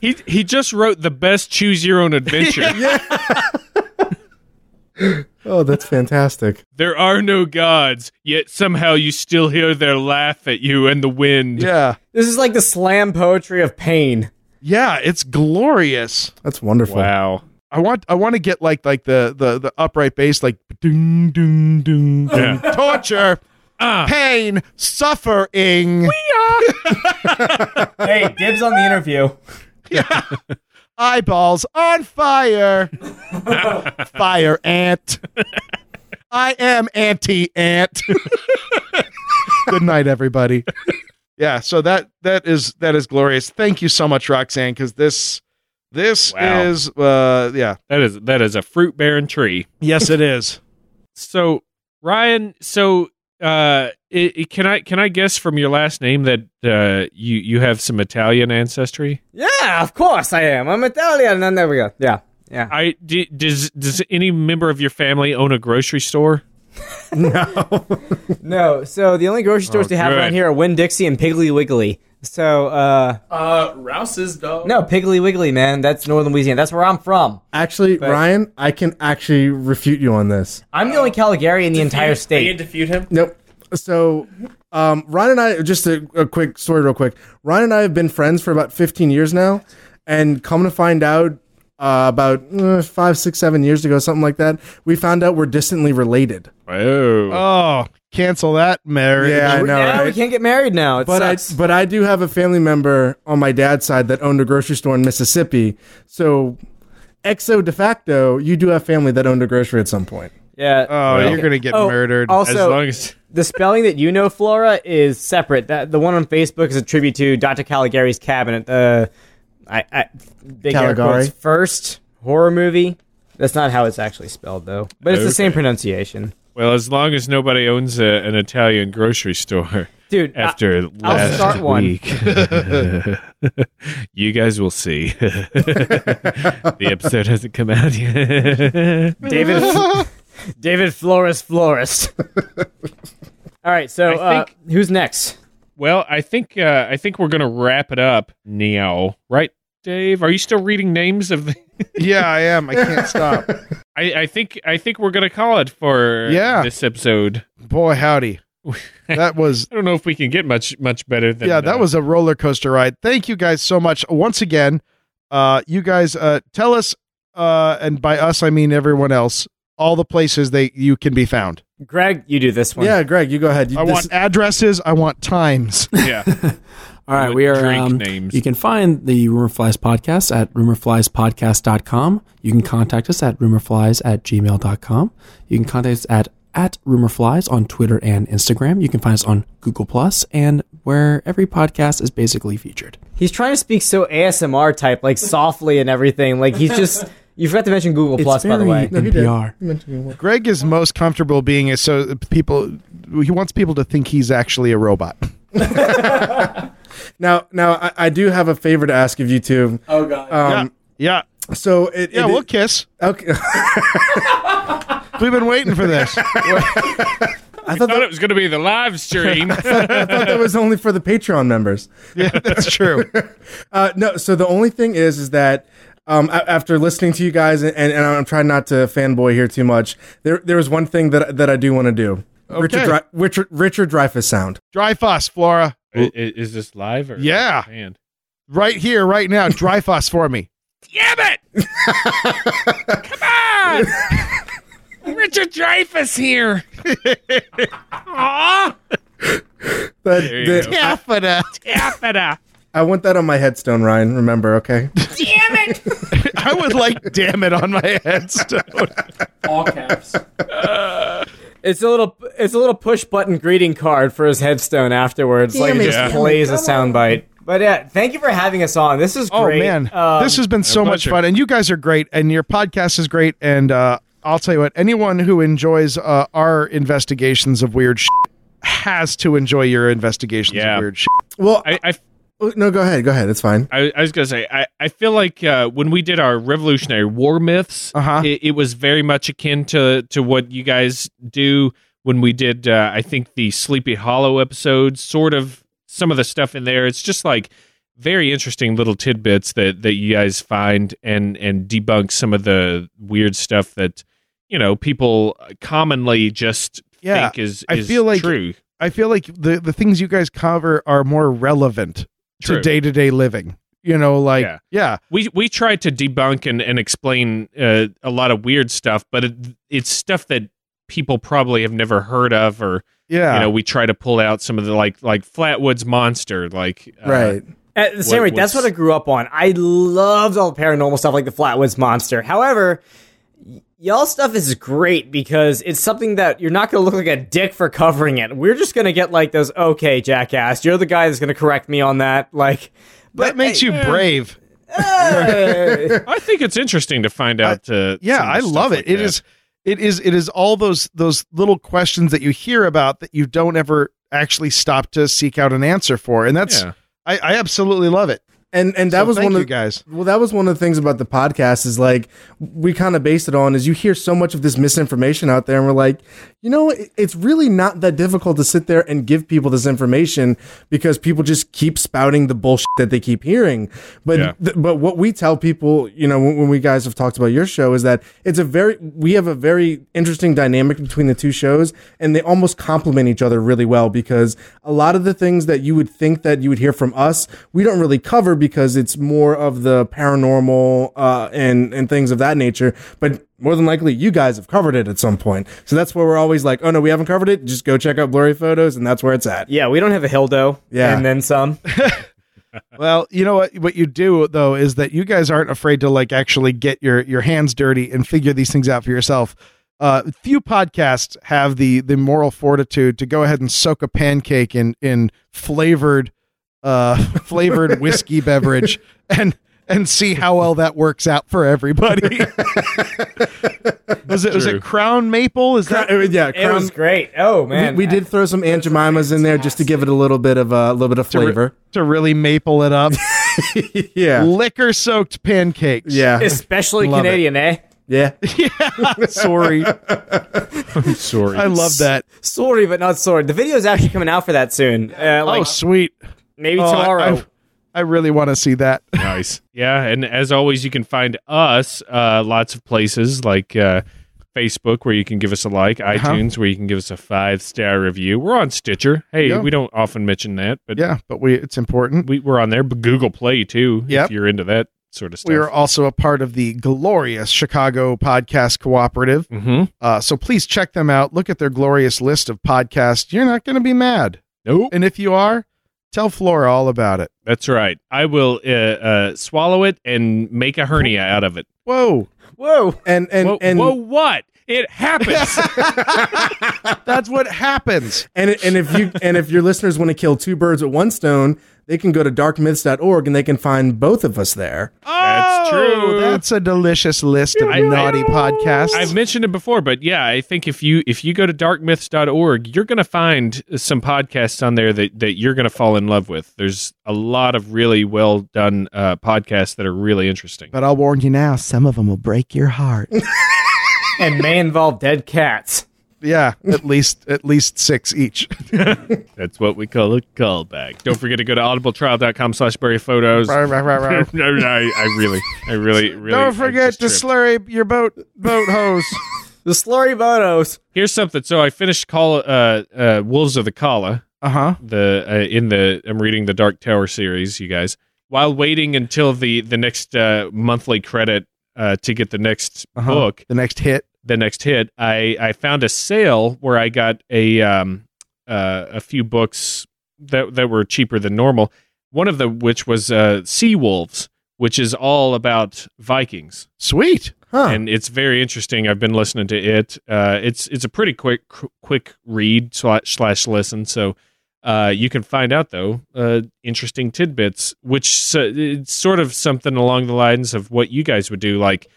He he just wrote the best choose your own adventure.
Oh, that's fantastic.
There are no gods, yet somehow you still hear their laugh at you and the wind.
Yeah,
This is like the slam poetry of pain.
yeah, it's glorious.
That's wonderful.
Wow.
I want I want to get like like the the the upright bass like ding ding ding ding torture Uh. pain suffering
Hey, dibs on the interview.
eyeballs on fire fire ant I am anti ant Good night everybody Yeah so that that is that is glorious thank you so much Roxanne cuz this this
Wow.
is uh yeah
That is that is a fruit bearing tree.
yes it is
So Ryan, so uh i i- can I can I guess from your last name that uh you you have some Italian ancestry?
Yeah, of course I am. I'm Italian. And there we go. Yeah, yeah.
I do, does does any member of your family own a grocery store?
No, so the only grocery stores they have
good.
around here are Winn Dixie and Piggly Wiggly. So, uh,
Uh, Rouse's dog.
no, Piggly Wiggly, man. That's northern Louisiana. That's where I'm from.
Actually, Ryan, I can actually refute you on this.
I'm the only Caligari in the entire
You
state.
had to feud him.
Nope. So, um, Ryan and I, just a, a quick story, real quick. Ryan and I have been friends for about 15 years now. And come to find out, uh, about uh, five, six, seven years ago, something like that, we found out we're distantly related.
Oh.
Oh cancel that marriage
Yeah, I know,
Yeah, we
right?
can't get married now. It
But I,
sucks.
but I do have a family member on my dad's side that owned a grocery store in Mississippi. So, exo de facto, you do have family that owned a grocery at some point.
yeah.
Oh, you're gonna get
Oh,
murdered.
as
Also,
long as
the spelling that you know, Flora, is separate. That the one on Facebook is a tribute to Dr. Caligari's Cabinet. Uh, I, I big air
Caligari.
quotes first horror movie. That's not how it's actually spelled though, but it's the same pronunciation,
well, as long as nobody owns a, an Italian grocery store
dude. I-
after
Uh, I'll
last
start one.
week, you guys will see. the episode hasn't come out yet.
David David Flores Flores. All right, so
I
uh, who's next?
well, I think uh, I think we're gonna wrap it up now, right, Dave? Are you still reading names of? The-
yeah, I am. I can't stop.
I, I think I think we're gonna call it for
Yeah.
this episode.
Boy, howdy. That was
I don't know if we can get much much better than
yeah, that
uh,
was a roller coaster ride. Thank you guys so much once again. Uh, you guys uh, tell us, uh, and by us I mean everyone else, all the places they you can be found.
Greg, you do this one.
Yeah, Greg, you go ahead. You,
I
this-
want addresses. I want times.
yeah.
All right,
With
we are.
drink
Um,
names.
You can find the Rumor Flies podcast at rumorfliespodcast.com. You can contact us at rumorflies at gmail.com. You can contact us at, at rumorflies on Twitter and Instagram. You can find us on Google Plus and where every podcast is basically featured.
He's trying to speak so ASMR type, like softly and everything. Like he's just. You forgot to mention Google Plus, by the way.
NPR.
Greg is most comfortable being a- so people. He wants people to think he's actually a robot.
Now, now I, I do have a favor to ask of you two.
Oh god.
Um,
Yeah,
So it,
yeah.
it-
We'll kiss.
okay.
We've been waiting for this.
I thought,
thought
that,
it was going to be the live stream.
I thought that was only for the Patreon members.
yeah, that's true.
Uh, no, so the only thing is, is that um, a- after listening to you guys, and, and I'm trying not to fanboy here too much. There, there was one thing that that I do want to do. Richard, Dri- Richard, Richard Dreyfuss sound.
Dry fuss, Flora.
is, is this live or
Yeah.
Man.
Right here, right now. Dry fuss for me.
Damn it! Come on, Richard Dreyfuss. wife is here. Aw,
That-
you
that-
go.
Taffeta.
taffeta.
I want that on my headstone, Ryan. Remember, okay?
I would like damn it on my headstone.
All caps.
It's a little it's a little push button greeting card for his headstone afterwards. like it just
Yeah.
plays a soundbite. But yeah, thank you for having us on. This is
Oh
great.
man,
Um,
this has been so much
pleasure.
fun, and you guys are great, and your podcast is great, and uh, I'll tell you what, anyone who enjoys uh, our investigations of weird shit has to enjoy your investigations
Yeah.
of weird shit.
Well,
I, I
oh, no, go ahead. Go ahead. It's fine.
I, I was gonna say, I, I feel like uh, when we did our Revolutionary War myths,
Uh-huh.
it, it was very much akin to to what you guys do when we did. Uh, I think the Sleepy Hollow episodes, sort of some of the stuff in there. It's just like very interesting little tidbits that that you guys find and and debunk some of the weird stuff that you know people commonly just
Yeah,
think is,
I
is
feel like-
true.
I feel like the the things you guys cover are more relevant
True.
to day to day living. You know, like
Yeah.
yeah.
we we tried to debunk and, and explain uh, a lot of weird stuff, but it, it's stuff that people probably have never heard of, or
Yeah.
you know, we try to pull out some of the like like Flatwoods Monster, like uh,
right.
At the same
What
rate, that's
was-
what I grew up on. I loved all the paranormal stuff like the Flatwoods Monster. However, y- y'all stuff is great because it's something that you're not going to look like a dick for covering it. We're just going to get like those, okay, jackass, you're the guy that's going to correct me on that. Like, but
that makes you brave.
I think it's interesting to find out. uh,
Yeah,
some of
I
the stuff
love
like
it. It
that.
is it is it is all those those little questions that you hear about that you don't ever actually stop to seek out an answer for. And that's
Yeah.
I, I absolutely love it.
And and that
So
was
thank
one of
you guys.
Well, that was one of the things about the podcast is like we kind of based it on is you hear so much of this misinformation out there, and we're like, you know, it- it's really not that difficult to sit there and give people this information because people just keep spouting the bullshit that they keep hearing. But
Yeah.
th- but what we tell people, you know, when, when we guys have talked about your show is that it's a very we have a very interesting dynamic between the two shows, and they almost complement each other really well because a lot of the things that you would think that you would hear from us, we don't really cover because it's more of the paranormal uh, and and things of that nature. But more than likely, you guys have covered it at some point, so that's where we're always like, oh no, we haven't covered it. Just go check out blurry photos, and that's where it's at.
yeah, we don't have a Hildo.
Yeah.
And then some.
Well, you know what what you do though is that you guys aren't afraid to like actually get your your hands dirty and figure these things out for yourself. Uh, few podcasts have the the moral fortitude to go ahead and soak a pancake in in flavored uh flavored whiskey beverage and and see how well that works out for everybody. was it was
True.
it Crown Maple? Is that
Uh, yeah,
It
Crown-
was
Um,
great. Oh,
we,
man.
we did throw some Aunt Jemimas in there just to give it a little bit of uh, a little bit of
to, re-
flavor.
to really maple it up?
Yeah,
Liquor soaked pancakes.
yeah,
Especially
Love it.
Canadian, eh?
yeah.
Sorry.
sorry.
I love that.
Sorry, but not sorry. The video's actually coming out for that soon. Uh, like,
oh, sweet.
maybe
Oh, I-
tomorrow.
I've- I, really want to see that.
nice. Yeah, and as always, you can find us uh, lots of places like uh, Facebook, where you can give us a like,
Uh-huh.
iTunes, where you can give us a five star review. We're on Stitcher. Hey,
Yeah.
we don't often mention that, but
yeah, but we it's important.
we, we're on there. But Google Play too,
Yep.
if you're into that sort of stuff.
We are also a part of the glorious Chicago Podcast Cooperative.
mm-hmm.
Uh, so please check them out. Look at their glorious list of podcasts. You're not going to be mad.
Nope.
And if you are, tell Flora all about it.
That's right. I will uh, uh, swallow it and make a hernia out of it.
Whoa,
Whoa.
And and
whoa,
and
whoa, what? It happens.
that's what happens.
And and if you and if your listeners want to kill two birds with one stone, they can go to darkmyths.org and they can find both of us there.
Oh,
That's true.
That's a delicious list of
I-
naughty podcasts.
I've mentioned it before, but yeah, I think if you if you go to darkmyths.org, you're going to find some podcasts on there that that you're going to fall in love with. There's a lot of really well done uh, podcasts that are really interesting.
but I'll warn you now, some of them will break your heart.
and may involve dead cats.
yeah, at least at least six each.
That's what we call a callback. Don't forget to go to audibletrial.com slash bury photos. I, I really, I really, really I
Don't forget
just
to
tripped.
slurry your boat boat hose.
The slurry bonos.
Here's something. So I finished call uh, uh, Wolves of the Kala.
Uh huh.
the uh, in the I'm reading the Dark Tower series, you guys. While waiting until the the next uh, monthly credit uh, to get the next book,
The next hit.
the next hit, I I found a sale where I got a um uh, a few books that that were cheaper than normal. One of them, which was uh, Sea Wolves, which is all about Vikings,
Sweet.
Huh.
and it's very interesting. I've been listening to it. Uh, it's it's a pretty quick quick read slash, slash listen. So uh, you can find out though uh, interesting tidbits, which uh, it's sort of something along the lines of what you guys would do. Like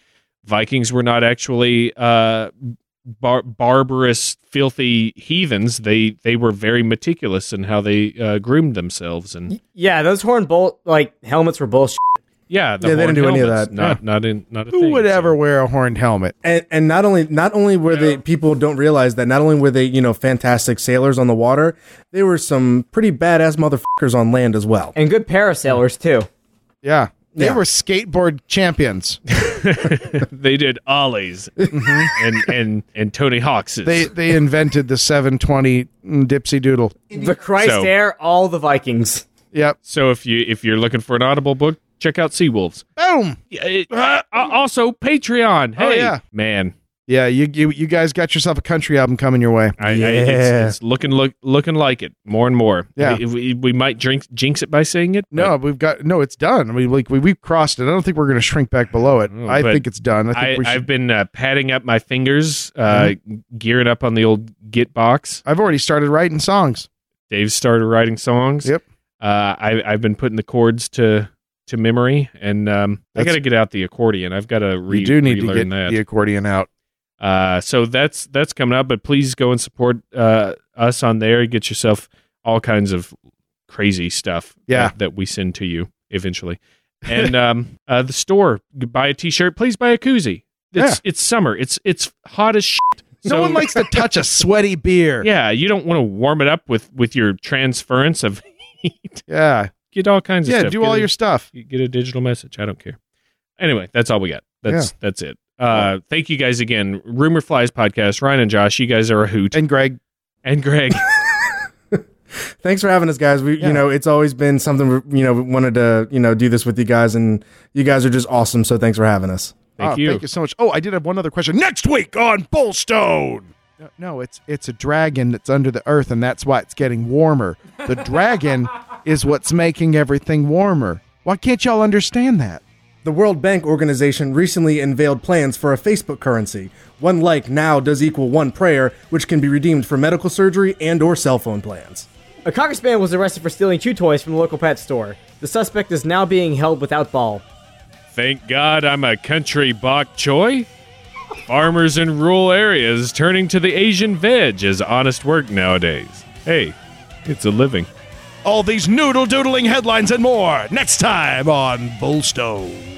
Vikings were not actually uh, bar- barbarous, filthy heathens. They they were very meticulous in how they uh, groomed themselves, and
Yeah, those horn bolt like helmets were bullshit.
yeah, the
Yeah, they
horned
didn't do any of
helmets,
that.
Not not in not a
Who
thing,
would
so-
ever wear a horned helmet?
and and not only not only were they people don't realize that not only were they you know fantastic sailors on the water, they were some pretty badass motherfuckers on land as well.
and good parasailers too.
Yeah. They
Yeah.
were skateboard champions.
they did ollies
Mm-hmm.
and and and Tony Hawk's.
They they invented the 720 dipsy doodle.
The Christ
So-
Air, all the Vikings.
Yep.
So if you if you're looking for an Audible book, check out Seawolves.
Boom.
Yeah, it- uh, also Patreon. Hey,
Oh, yeah.
man,
Yeah, you, you you guys got yourself a country album coming your way.
I, I, it's, it's looking look looking like it more and more.
Yeah.
we, we, we might drink, jinx it by saying it. but
No, we've got no. It's done. We like we we crossed it. I don't think we're going to shrink back below it.
Oh,
I
but
think it's done. I think
I,
we should. Mm-hmm.
I've
I've,
been uh, padding up my fingers, uh, gearing up on the old Git box.
already started writing songs.
Dave started writing songs.
Yep.
Uh, I, I've been putting the chords to to memory, and um, I got
That's-
to get out the accordion. I've got to re-
you do need to
relearn
get
that.
the accordion out.
Uh, so that's that's coming up, but please go and support uh, us on there. Get yourself all kinds of crazy stuff
Yeah.
that, that we send to you eventually. And um, uh, the store, buy a t-shirt. Please buy a koozie. It's it's summer. It's it's hot as shit.
no one likes to touch a sweaty beer.
Yeah, you don't want to warm it up with with your transference of heat.
yeah,
Get all kinds of
yeah.
stuff.
do
Get
all
a-
your stuff.
you get a digital message. I don't care. Anyway, that's all we got. That's that's it. Uh, thank you guys again. Rumor Flies podcast. Ryan and Josh, you guys are a hoot.
And Greg,
And Greg,
Thanks for having us, guys. We you know it's always been something we- you know we wanted to you know do this with you guys, and you guys are just awesome. So thanks for having us.
thank
Oh,
you.
Thank you so much. Oh, I did have one other question. Next week on Bullstone. No, no, it's it's a dragon that's under the earth, and that's why it's getting warmer. The dragon is what's making everything warmer. Why can't y'all understand that?
The World Bank organization recently unveiled plans for a Facebook currency. One like now does equal one prayer, which can be redeemed for medical surgery and or cell phone plans.
A congressman was arrested for stealing chew toys from the local pet store. The suspect is now being held without bail.
Thank God I'm a country bok choy. Farmers in rural areas turning to the Asian veg as honest work nowadays. Hey, it's a living.
All these noodle doodling headlines and more next time on Bullstone.